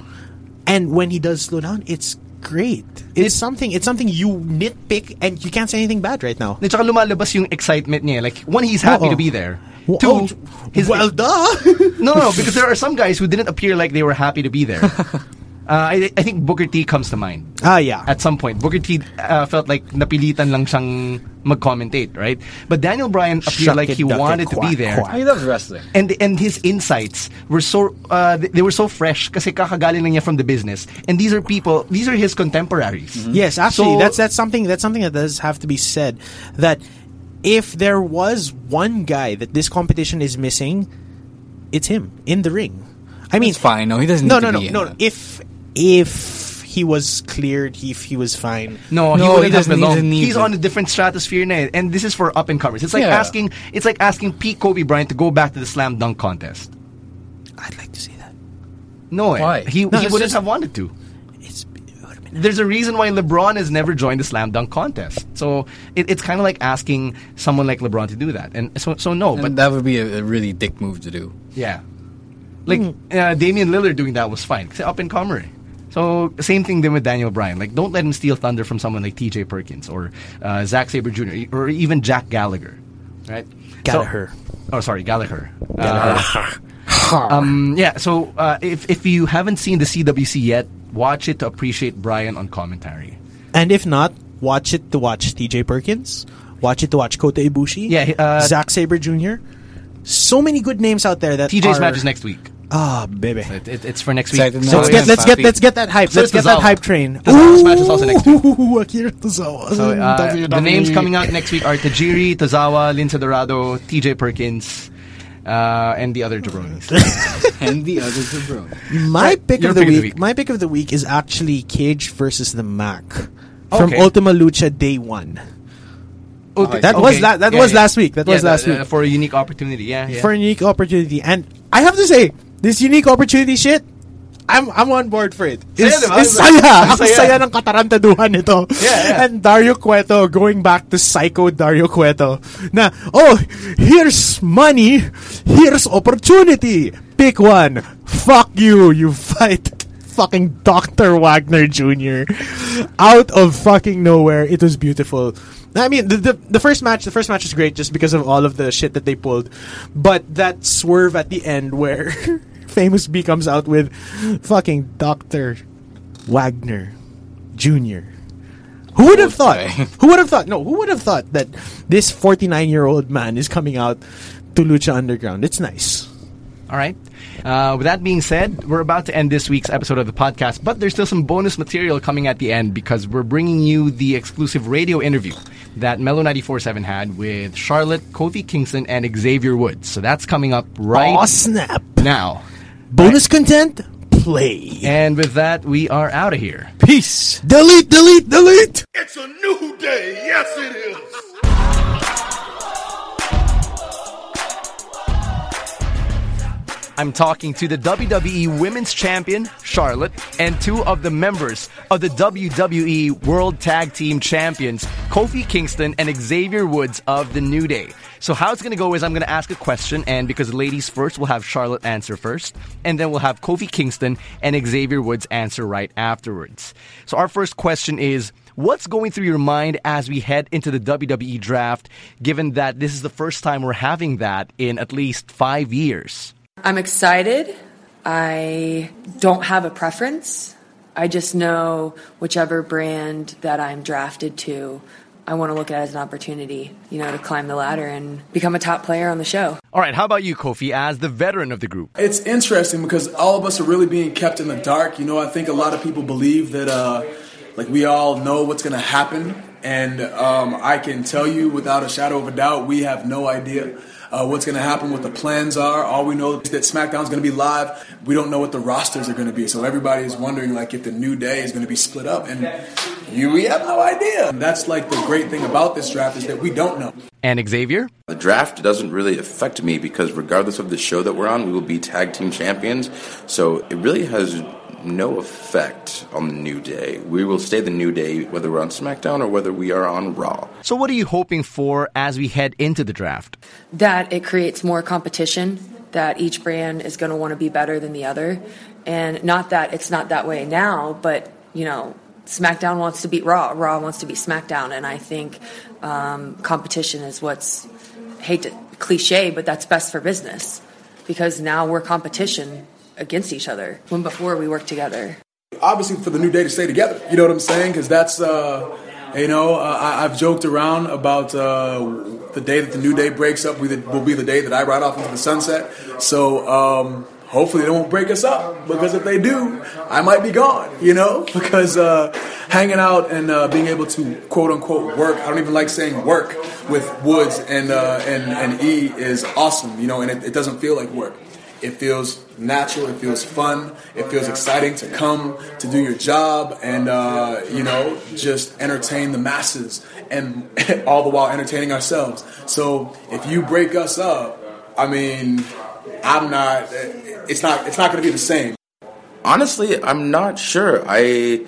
S5: and when he does slow down, it's great. It's something. It's something you nitpick, and you can't say anything bad right now.
S4: And tsaka lumalabas yung excitement niya. Like, one, he's happy
S5: Oo.
S4: to be there.
S5: Well,
S4: Two,
S5: oh,
S4: his,
S5: well,
S6: <laughs>
S5: duh.
S4: No, no, no, because there are some guys who didn't appear like they were happy to be there. uh, I, I think Booker T comes to mind.
S5: Ah, yeah.
S4: At some point, Booker T uh, felt like napilitan lang siyang mag-commentate, right? But Daniel Bryan appeared
S5: Shuck
S4: like
S5: it,
S4: he
S5: duck it,
S4: wanted to be
S5: quack,
S4: there.
S5: quack.
S6: <laughs> He loves wrestling.
S4: And and his insights were so uh, they they were so fresh kasi kakagaling lang niya from the business. And these are people, these are his contemporaries.
S5: Yes, actually,
S4: So-
S5: that's that's something that's something that does have to be said. That if there was one guy that this competition is missing, it's him in the ring. I mean,
S6: It's fine. No, he doesn't.
S5: no,
S6: need
S5: no,
S6: to
S5: no,
S6: be in
S5: no.
S6: it.
S5: If if he was cleared, if he was fine,
S4: No,
S6: No,
S4: he
S6: he
S4: wouldn't have
S6: doesn't- he
S4: belonged.
S6: doesn't need
S4: He's
S6: it.
S4: on a different stratosphere now, and this is for up and comers. It's like
S6: Yeah.
S4: asking, it's like asking Pete Kobe Bryant to go back to the slam dunk contest.
S5: I'd like to see that.
S4: No, eh.
S6: Why?
S4: he,
S5: No,
S4: he
S5: it's
S4: wouldn't
S5: just-
S4: have wanted to.
S5: It's it would have been
S4: There's a reason why LeBron has never joined the slam dunk contest. So it, it's kind of like asking someone like LeBron to do that, and so so no,
S6: And
S4: but
S6: that would be a, a really dick move to do.
S4: yeah, like uh, Damian Lillard doing that was fine. Kasi up and comer. eh. So same thing then with Daniel Bryan. Like don't let him steal thunder from someone like T.J. Perkins or uh, Zack Saber Jr. or even Jack Gallagher, right? So-
S5: Gallagher.
S4: oh, sorry, Gallagher. Uh, um, yeah. So uh, if if you haven't seen the CWC yet, watch it to appreciate Bryan on commentary.
S5: And if not, watch it to watch T.J. Perkins. Watch it to watch Kota Ibushi.
S4: Yeah, uh,
S5: Zack Saber Jr. So many good names out there that
S4: TJ's
S5: are-
S4: match is next week.
S5: Ah, baby.
S4: It, it- it's for next week.
S6: Excited
S4: So,
S6: now.
S5: let's
S6: Oh,
S5: get
S6: yeah,
S5: let's get
S6: Papi.
S5: let's get that hype.
S4: So
S5: let's
S4: it's
S5: get that
S4: Tozawa.
S5: hype train.
S4: Tozawa's match is also next week.
S5: Ooh, <laughs> Akira Tozawa. E.
S4: so, uh, the
S5: WWE.
S4: names coming out next week are Tajiri, Tozawa, Lince Dorado, TJ Perkins, uh, and the other jabronis.
S6: <laughs>
S5: <laughs>
S6: and the others are broke.
S5: My pick
S4: your
S5: of
S4: pick of
S5: the week,
S4: the week.
S5: My pick of the week is actually Cage versus the Mac
S4: Oh,
S5: from
S4: Okay.
S5: Ultima Lucha Day One.
S4: Okay.
S5: That was la- that was last week. That was last
S4: uh,
S5: week.
S4: for a unique opportunity. Yeah, yeah.
S5: for a unique opportunity. And I have to say, this unique opportunity shit, I'm I'm on board for it. It's,
S4: diba?
S5: it's saya. Ang
S4: Saya.
S5: saya ng katarantaduhan nito.
S4: yeah.
S5: And Dario Cueto going back to psycho Dario Cueto. Na, oh, here's money, here's opportunity. Pick one. Fuck you, you fight <laughs> fucking Dr. Wagner Jr. out of fucking nowhere. It was beautiful. I mean, the, the the first match, the first match was great just because of all of the shit that they pulled, but that swerve at the end where <laughs> Famous B comes out with fucking Doctor Wagner Jr. Who would have thought?
S6: Okay.
S5: <laughs> Who would have thought? No, who would have thought that this 49 year old man is coming out to Lucha Underground? It's nice.
S4: All right. Uh, with that being said, we're about to end this week's episode of the podcast, but there's still some bonus material coming at the end because we're bringing you the exclusive radio interview that Mellow 94.7 had with Charlotte, Kofi Kingston, and Xavier Woods. So that's coming up right
S5: Aw, snap.
S4: now.
S5: Bonus content? Play.
S4: And with that, we are out of here.
S5: Peace. Delete, delete, delete.
S7: It's a new day. Yes, it is.
S4: I'm talking to the WWE Women's Champion, Charlotte, and two of the members of the WWE World Tag Team Champions, Kofi Kingston and Xavier Woods of The New Day. So, how it's going to go is I'm going to ask a question, and because ladies first, we'll have Charlotte answer first, and then we'll have Kofi Kingston and Xavier Woods answer right afterwards. So, our first question is What's going through your mind as we head into the WWE draft, given that this is the first time we're having that in at least five years?
S8: I'm excited. I don't have a preference.
S2: I just know whichever brand that I'm drafted to, I want to look at it as an opportunity, you know, to climb the ladder and become a top player on the show.
S4: All right, how about you, Kofi, as the veteran of the group?
S8: It's interesting because all of us are really being kept in the dark. You know, I think a lot of people believe that, uh, like, we all know what's going to happen. And um, I can tell you without a shadow of a doubt, we have no idea uh, what's going to happen, what the plans are. All we know is that SmackDown's going to be live. We don't know what the rosters are going to be. So everybody is wondering, like, if the New Day is going to be split up. And you, we have no idea. And that's, like, the great thing about this draft is that we don't know.
S4: And Xavier?
S9: The draft doesn't really affect me because regardless of the show that we're on, we will be tag team champions. So it really has no effect on the New Day. We will stay the New Day whether we're on SmackDown or whether we are on Raw.
S4: So, what are you hoping for as we head into the draft?
S2: That it creates more competition, that each brand is going to want to be better than the other. And not that it's not that way now, but, you know, SmackDown wants to beat Raw, Raw wants to beat SmackDown. And I think um, competition is what's, hate to cliche, but that's best for business because now we're competition against each other when before we worked together.
S8: obviously for the new day to stay together. You know what I'm saying? Because that's uh, you know uh, I, I've joked around about uh, the day that the new day breaks up will be, the, will be the day that I ride off into the sunset. So um, hopefully they won't break us up because if they do, I might be gone. You know <laughs> because uh, hanging out and uh, being able to quote unquote work. I don't even like saying work with Woods and uh, and and E is awesome. You know and it, it doesn't feel like work. It feels natural. It feels fun. It feels exciting to come to do your job and uh, you know just entertain the masses and <laughs> all the while entertaining ourselves. So if you break us up, I mean, I'm not. It's not. It's not going to be the same.
S9: Honestly, I'm not sure. I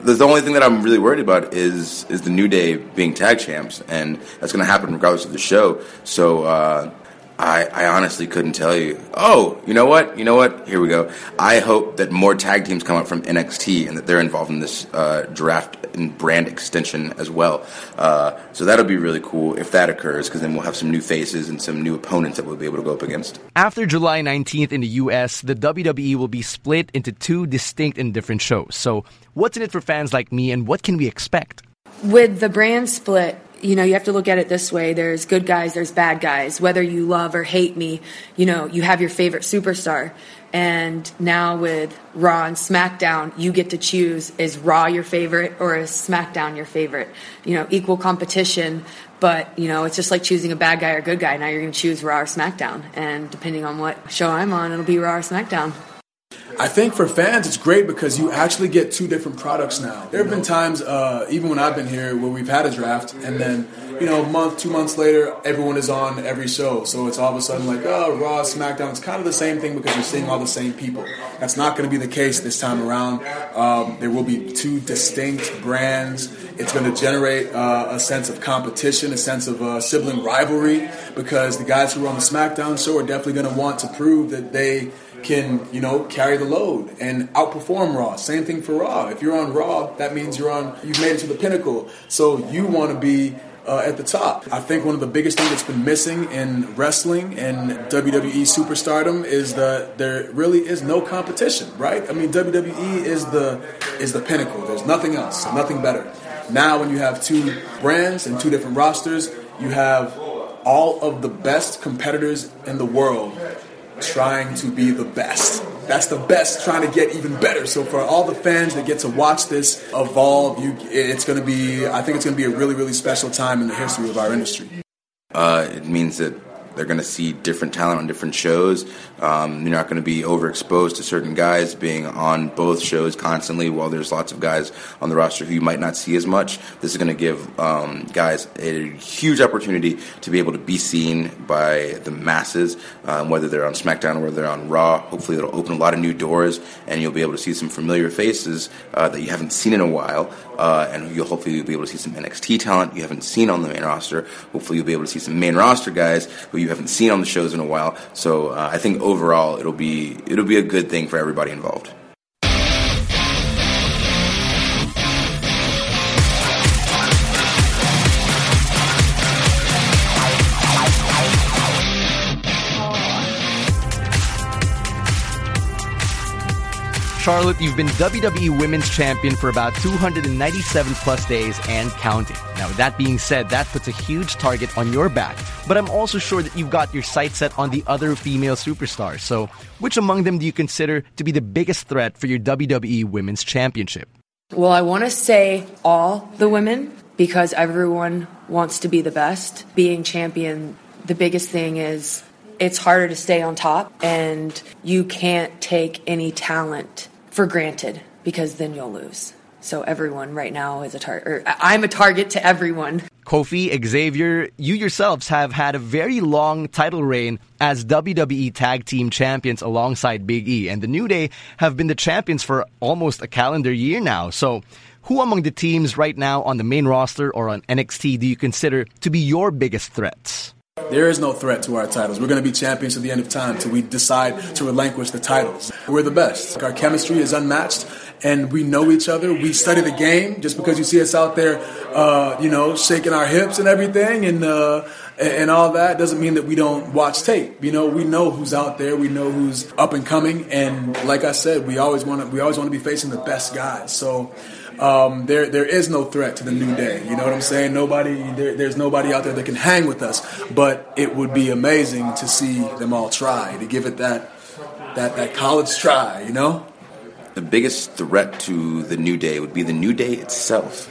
S9: the, the only thing that I'm really worried about is is the New Day being tag champs, and that's going to happen regardless of the show. So uh, I I honestly couldn't tell you. Oh, you know what? You know what? Here we go. I hope that more tag teams come out from NXT and that they're involved in this uh, draft and brand extension as well. Uh, so that'll be really cool if that occurs, because then we'll have some new faces and some new opponents that we'll be able to go up against.
S4: After July 19th in the US, the WWE will be split into two distinct and different shows. So, what's in it for fans like me, and what can we expect?
S2: with the brand split, you know, you have to look at it this way. There's good guys, there's bad guys. Whether you love or hate me, you know, you have your favorite superstar. And now with Raw and SmackDown, you get to choose is Raw your favorite or is SmackDown your favorite? You know, equal competition, but, you know, it's just like choosing a bad guy or good guy. Now you're going to choose Raw or SmackDown. And depending on what show I'm on, it'll be Raw or SmackDown.
S8: I think for fans, it's great because you actually get two different products now. There have been times, uh, even when I've been here, where we've had a draft, and then you know, a month, two months later, everyone is on every show. So it's all of a sudden like, oh, Raw, SmackDown. It's kind of the same thing because you're seeing all the same people. That's not going to be the case this time around. Um, there will be two distinct brands. It's going to generate uh, a sense of competition, a sense of uh, sibling rivalry, because the guys who are on the SmackDown show are definitely going to want to prove that they can you know carry the load and outperform Raw. Same thing for Raw. If you're on Raw, that means you're on you've made it to the pinnacle. So you want to be uh, at the top. I think one of the biggest things that's been missing in wrestling and WWE superstardom is that there really is no competition, right? I mean WWE is the is the pinnacle. There's nothing else, nothing better. Now when you have two brands and two different rosters, you have all of the best competitors in the world trying to be the best. That's the best, trying to get even better. So for all the fans that get to watch this evolve, you, it's going to be. I think it's going to be a really, really special time in the history of our industry.
S9: Uh, it means that they're going to see different talent on different shows. Um, you're not going to be overexposed to certain guys being on both shows constantly. While there's lots of guys on the roster who you might not see as much, this is going to give um, guys a huge opportunity to be able to be seen by the masses, um, whether they're on SmackDown or whether they're on Raw. Hopefully, it'll open a lot of new doors, and you'll be able to see some familiar faces uh, that you haven't seen in a while, uh, and you'll hopefully you'll be able to see some NXT talent you haven't seen on the main roster. Hopefully, you'll be able to see some main roster guys who you haven't seen on the shows in a while. So uh, I think overall, it'll be it'll be a good thing for everybody involved.
S4: Charlotte, you've been WWE Women's Champion for about 297 plus days and counting. Now, with that being said, that puts a huge target on your back. But I'm also sure that you've got your sights set on the other female superstars. So, which among them do you consider to be the biggest threat for your WWE Women's Championship?
S2: Well, I want to say all the women because everyone wants to be the best. Being champion, the biggest thing is it's harder to stay on top and you can't take any talent for granted because then you'll lose. So everyone right now is a target, or I- I'm a target to everyone.
S4: Kofi, Xavier, you yourselves have had a very long title reign as WWE Tag Team Champions alongside Big E, and the New Day have been the champions for almost a calendar year now. So, who among the teams right now on the main roster or on NXT do you consider to be your biggest threats?
S8: There is no threat to our titles. We're going to be champions to the end of time till we decide to relinquish the titles. We're the best. Our chemistry is unmatched, and we know each other. We study the game. Just because you see us out there, uh, you know, shaking our hips and everything, and uh, and all that doesn't mean that we don't watch tape. You know, we know who's out there. We know who's up and coming. And like I said, we always want to we always want to be facing the best guys. So. Um, there, there is no threat to the new day. You know what I'm saying? Nobody, there, there's nobody out there that can hang with us. But it would be amazing to see them all try to give it that, that, that college try. You know?
S9: the biggest threat to the New Day would be the New Day itself.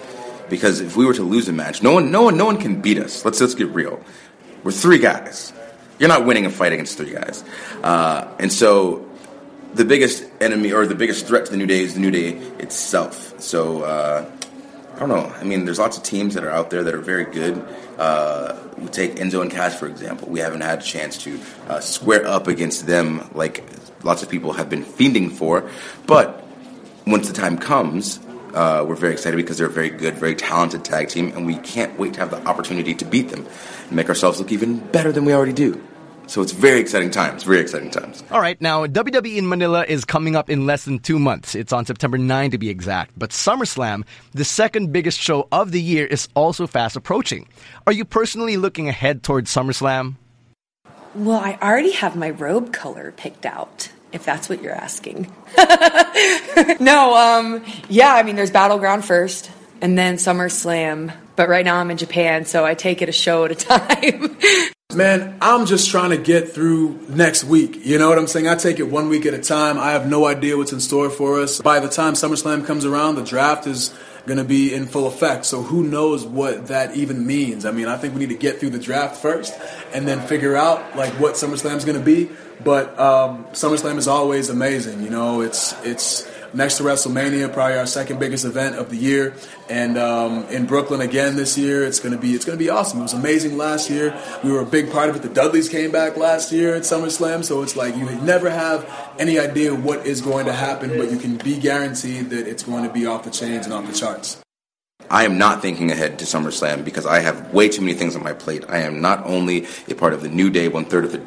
S9: Because if we were to lose a match, no one, no one, no one can beat us. Let's let's get real. We're three guys. You're not winning a fight against three guys. Uh, and so, the biggest enemy or the biggest threat to the New Day is the New Day itself. So. Uh, I don't know. I mean, there's lots of teams that are out there that are very good. Uh, we take Enzo and Cash, for example. We haven't had a chance to uh, square up against them like lots of people have been fiending for. But once the time comes, uh, we're very excited because they're a very good, very talented tag team, and we can't wait to have the opportunity to beat them and make ourselves look even better than we already do. So it's very exciting times, very exciting times.
S4: All right, now WWE in Manila is coming up in less than two months. It's on September 9 to be exact. But SummerSlam, the second biggest show of the year, is also fast approaching. Are you personally looking ahead towards SummerSlam?
S2: Well, I already have my robe color picked out, if that's what you're asking. <laughs> no, um, yeah, I mean, there's Battleground first and then SummerSlam. But right now I'm in Japan, so I take it a show at a <laughs> time.
S8: Man, I'm just trying to get through next week. You know what I'm saying? I take it one week at a time. I have no idea what's in store for us. By the time SummerSlam comes around, the draft is going to be in full effect. So who knows what that even means? I mean, I think we need to get through the draft first and then figure out like what SummerSlam's going to be. But um, SummerSlam is always amazing. You know, it's it's next to WrestleMania, probably our second biggest event of the year, and um, in Brooklyn again this year. It's gonna be it's gonna be awesome. It was amazing last year. We were a big part of it. The Dudleys came back last year at SummerSlam, so it's like you never have any idea what is going to happen, but you can be guaranteed that it's going to be off the chains and off the charts.
S9: I am not thinking ahead to SummerSlam because I have way too many things on my plate. I am not only a part of the New Day, one third of the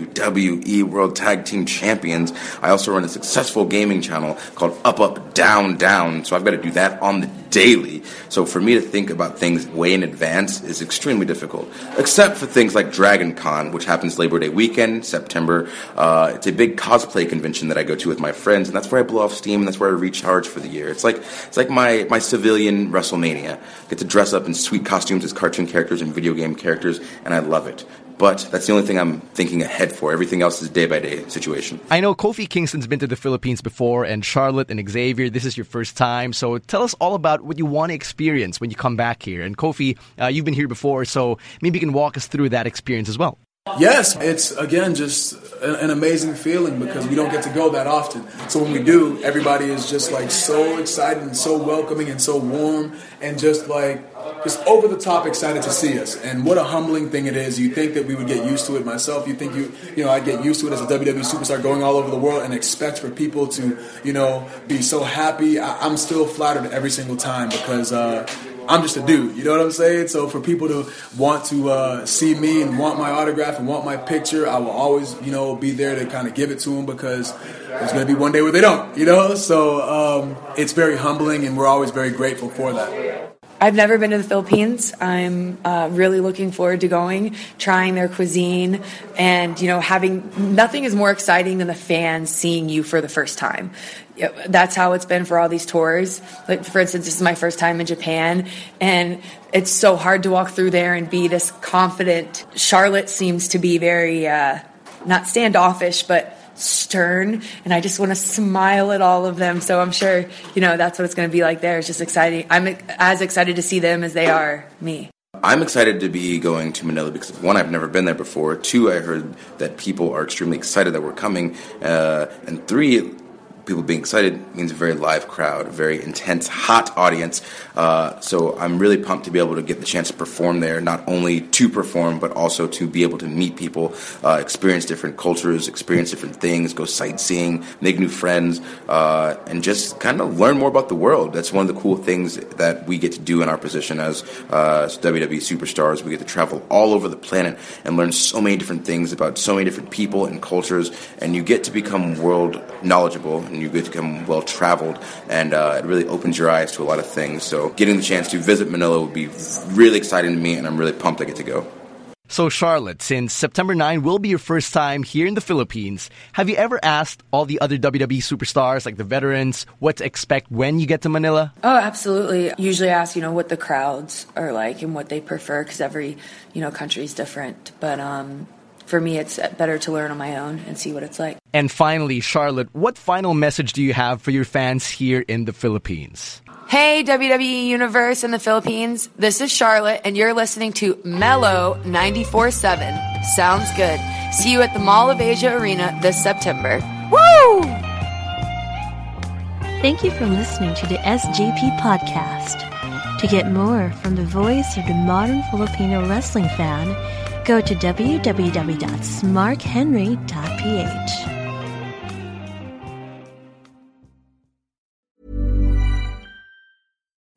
S9: WWE World Tag Team Champions, I also run a successful gaming channel called Up Up Down Down, so I've got to do that on the daily. So for me to think about things way in advance is extremely difficult, except for things like Dragon Con, which happens Labor Day weekend, September. Uh, it's a big cosplay convention that I go to with my friends, and that's where I blow off steam, and that's where I recharge for the year. It's like it's like my my civilian WrestleMania. I get to dress up in sweet costumes as cartoon characters and video game characters, and I love it. But that's the only thing I'm thinking ahead for. Everything else is day by day situation.
S4: I know Kofi Kingston's been to the Philippines before, and Charlotte and Xavier, this is your first time. So tell us all about what you want to experience when you come back here. And Kofi, uh, you've been here before, so maybe you can walk us through that experience as well.
S8: Yes, it's again just an, an amazing feeling because we don't get to go that often. So when we do, everybody is just like so excited and so welcoming and so warm and just like just over the top excited to see us. And what a humbling thing it is. You think that we would get used to it myself. You think you you know I get used to it as a WWE superstar going all over the world and expect for people to you know be so happy. I, I'm still flattered every single time because. Uh, I'm just a dude, you know what I'm saying? So for people to want to uh, see me and want my autograph and want my picture, I will always, you know, be there to kind of give it to them because there's going to be one day where they don't, you know? So um, it's very humbling and we're always very grateful for that.
S2: I've never been to the Philippines. I'm uh, really looking forward to going, trying their cuisine, and you know, having nothing is more exciting than the fans seeing you for the first time. Yeah, That's how it's been for all these tours. Like for instance, this is my first time in Japan, and it's so hard to walk through there and be this confident. Charlotte seems to be very uh, not standoffish, but stern and I just want to smile at all of them. So I'm sure, you know, that's what it's going to be like there. It's just exciting. I'm as excited to see them as they are me.
S9: I'm excited to be going to Manila because one, I've never been there before. Two, I heard that people are extremely excited that we're coming, uh, and three, people being excited means a very live crowd, a very intense, hot audience. Uh, so I'm really pumped to be able to get the chance to perform there, not only to perform, but also to be able to meet people, uh, experience different cultures, experience different things, go sightseeing, make new friends, uh, and just kind of learn more about the world. That's one of the cool things that we get to do in our position as uh, WWE superstars. We get to travel all over the planet and learn so many different things about so many different people and cultures, and you get to become world knowledgeable and you get to become well traveled, and uh, it really opens your eyes to a lot of things. So, getting the chance to visit Manila would be really exciting to me, and I'm really pumped I get to go.
S4: So, Charlotte, since September 9 will be your first time here in the Philippines, have you ever asked all the other WWE superstars, like the veterans, what to expect when you get to Manila?
S2: Oh, absolutely. Usually ask, you know, what the crowds are like and what they prefer because every, you know, country is different. But um, for me, it's better to learn on my own and see what it's like.
S4: And finally, Charlotte, what final message do you have for your fans here in the Philippines?
S2: Hey, WWE Universe in the Philippines. This is Charlotte, and you're listening to Mellow 94.7. Sounds good. See you at the Mall of Asia Arena this September. Woo!
S3: Thank you for listening to the SGP podcast. To get more from the voice of the modern Filipino wrestling fan, go to www.smarkhenry.ph.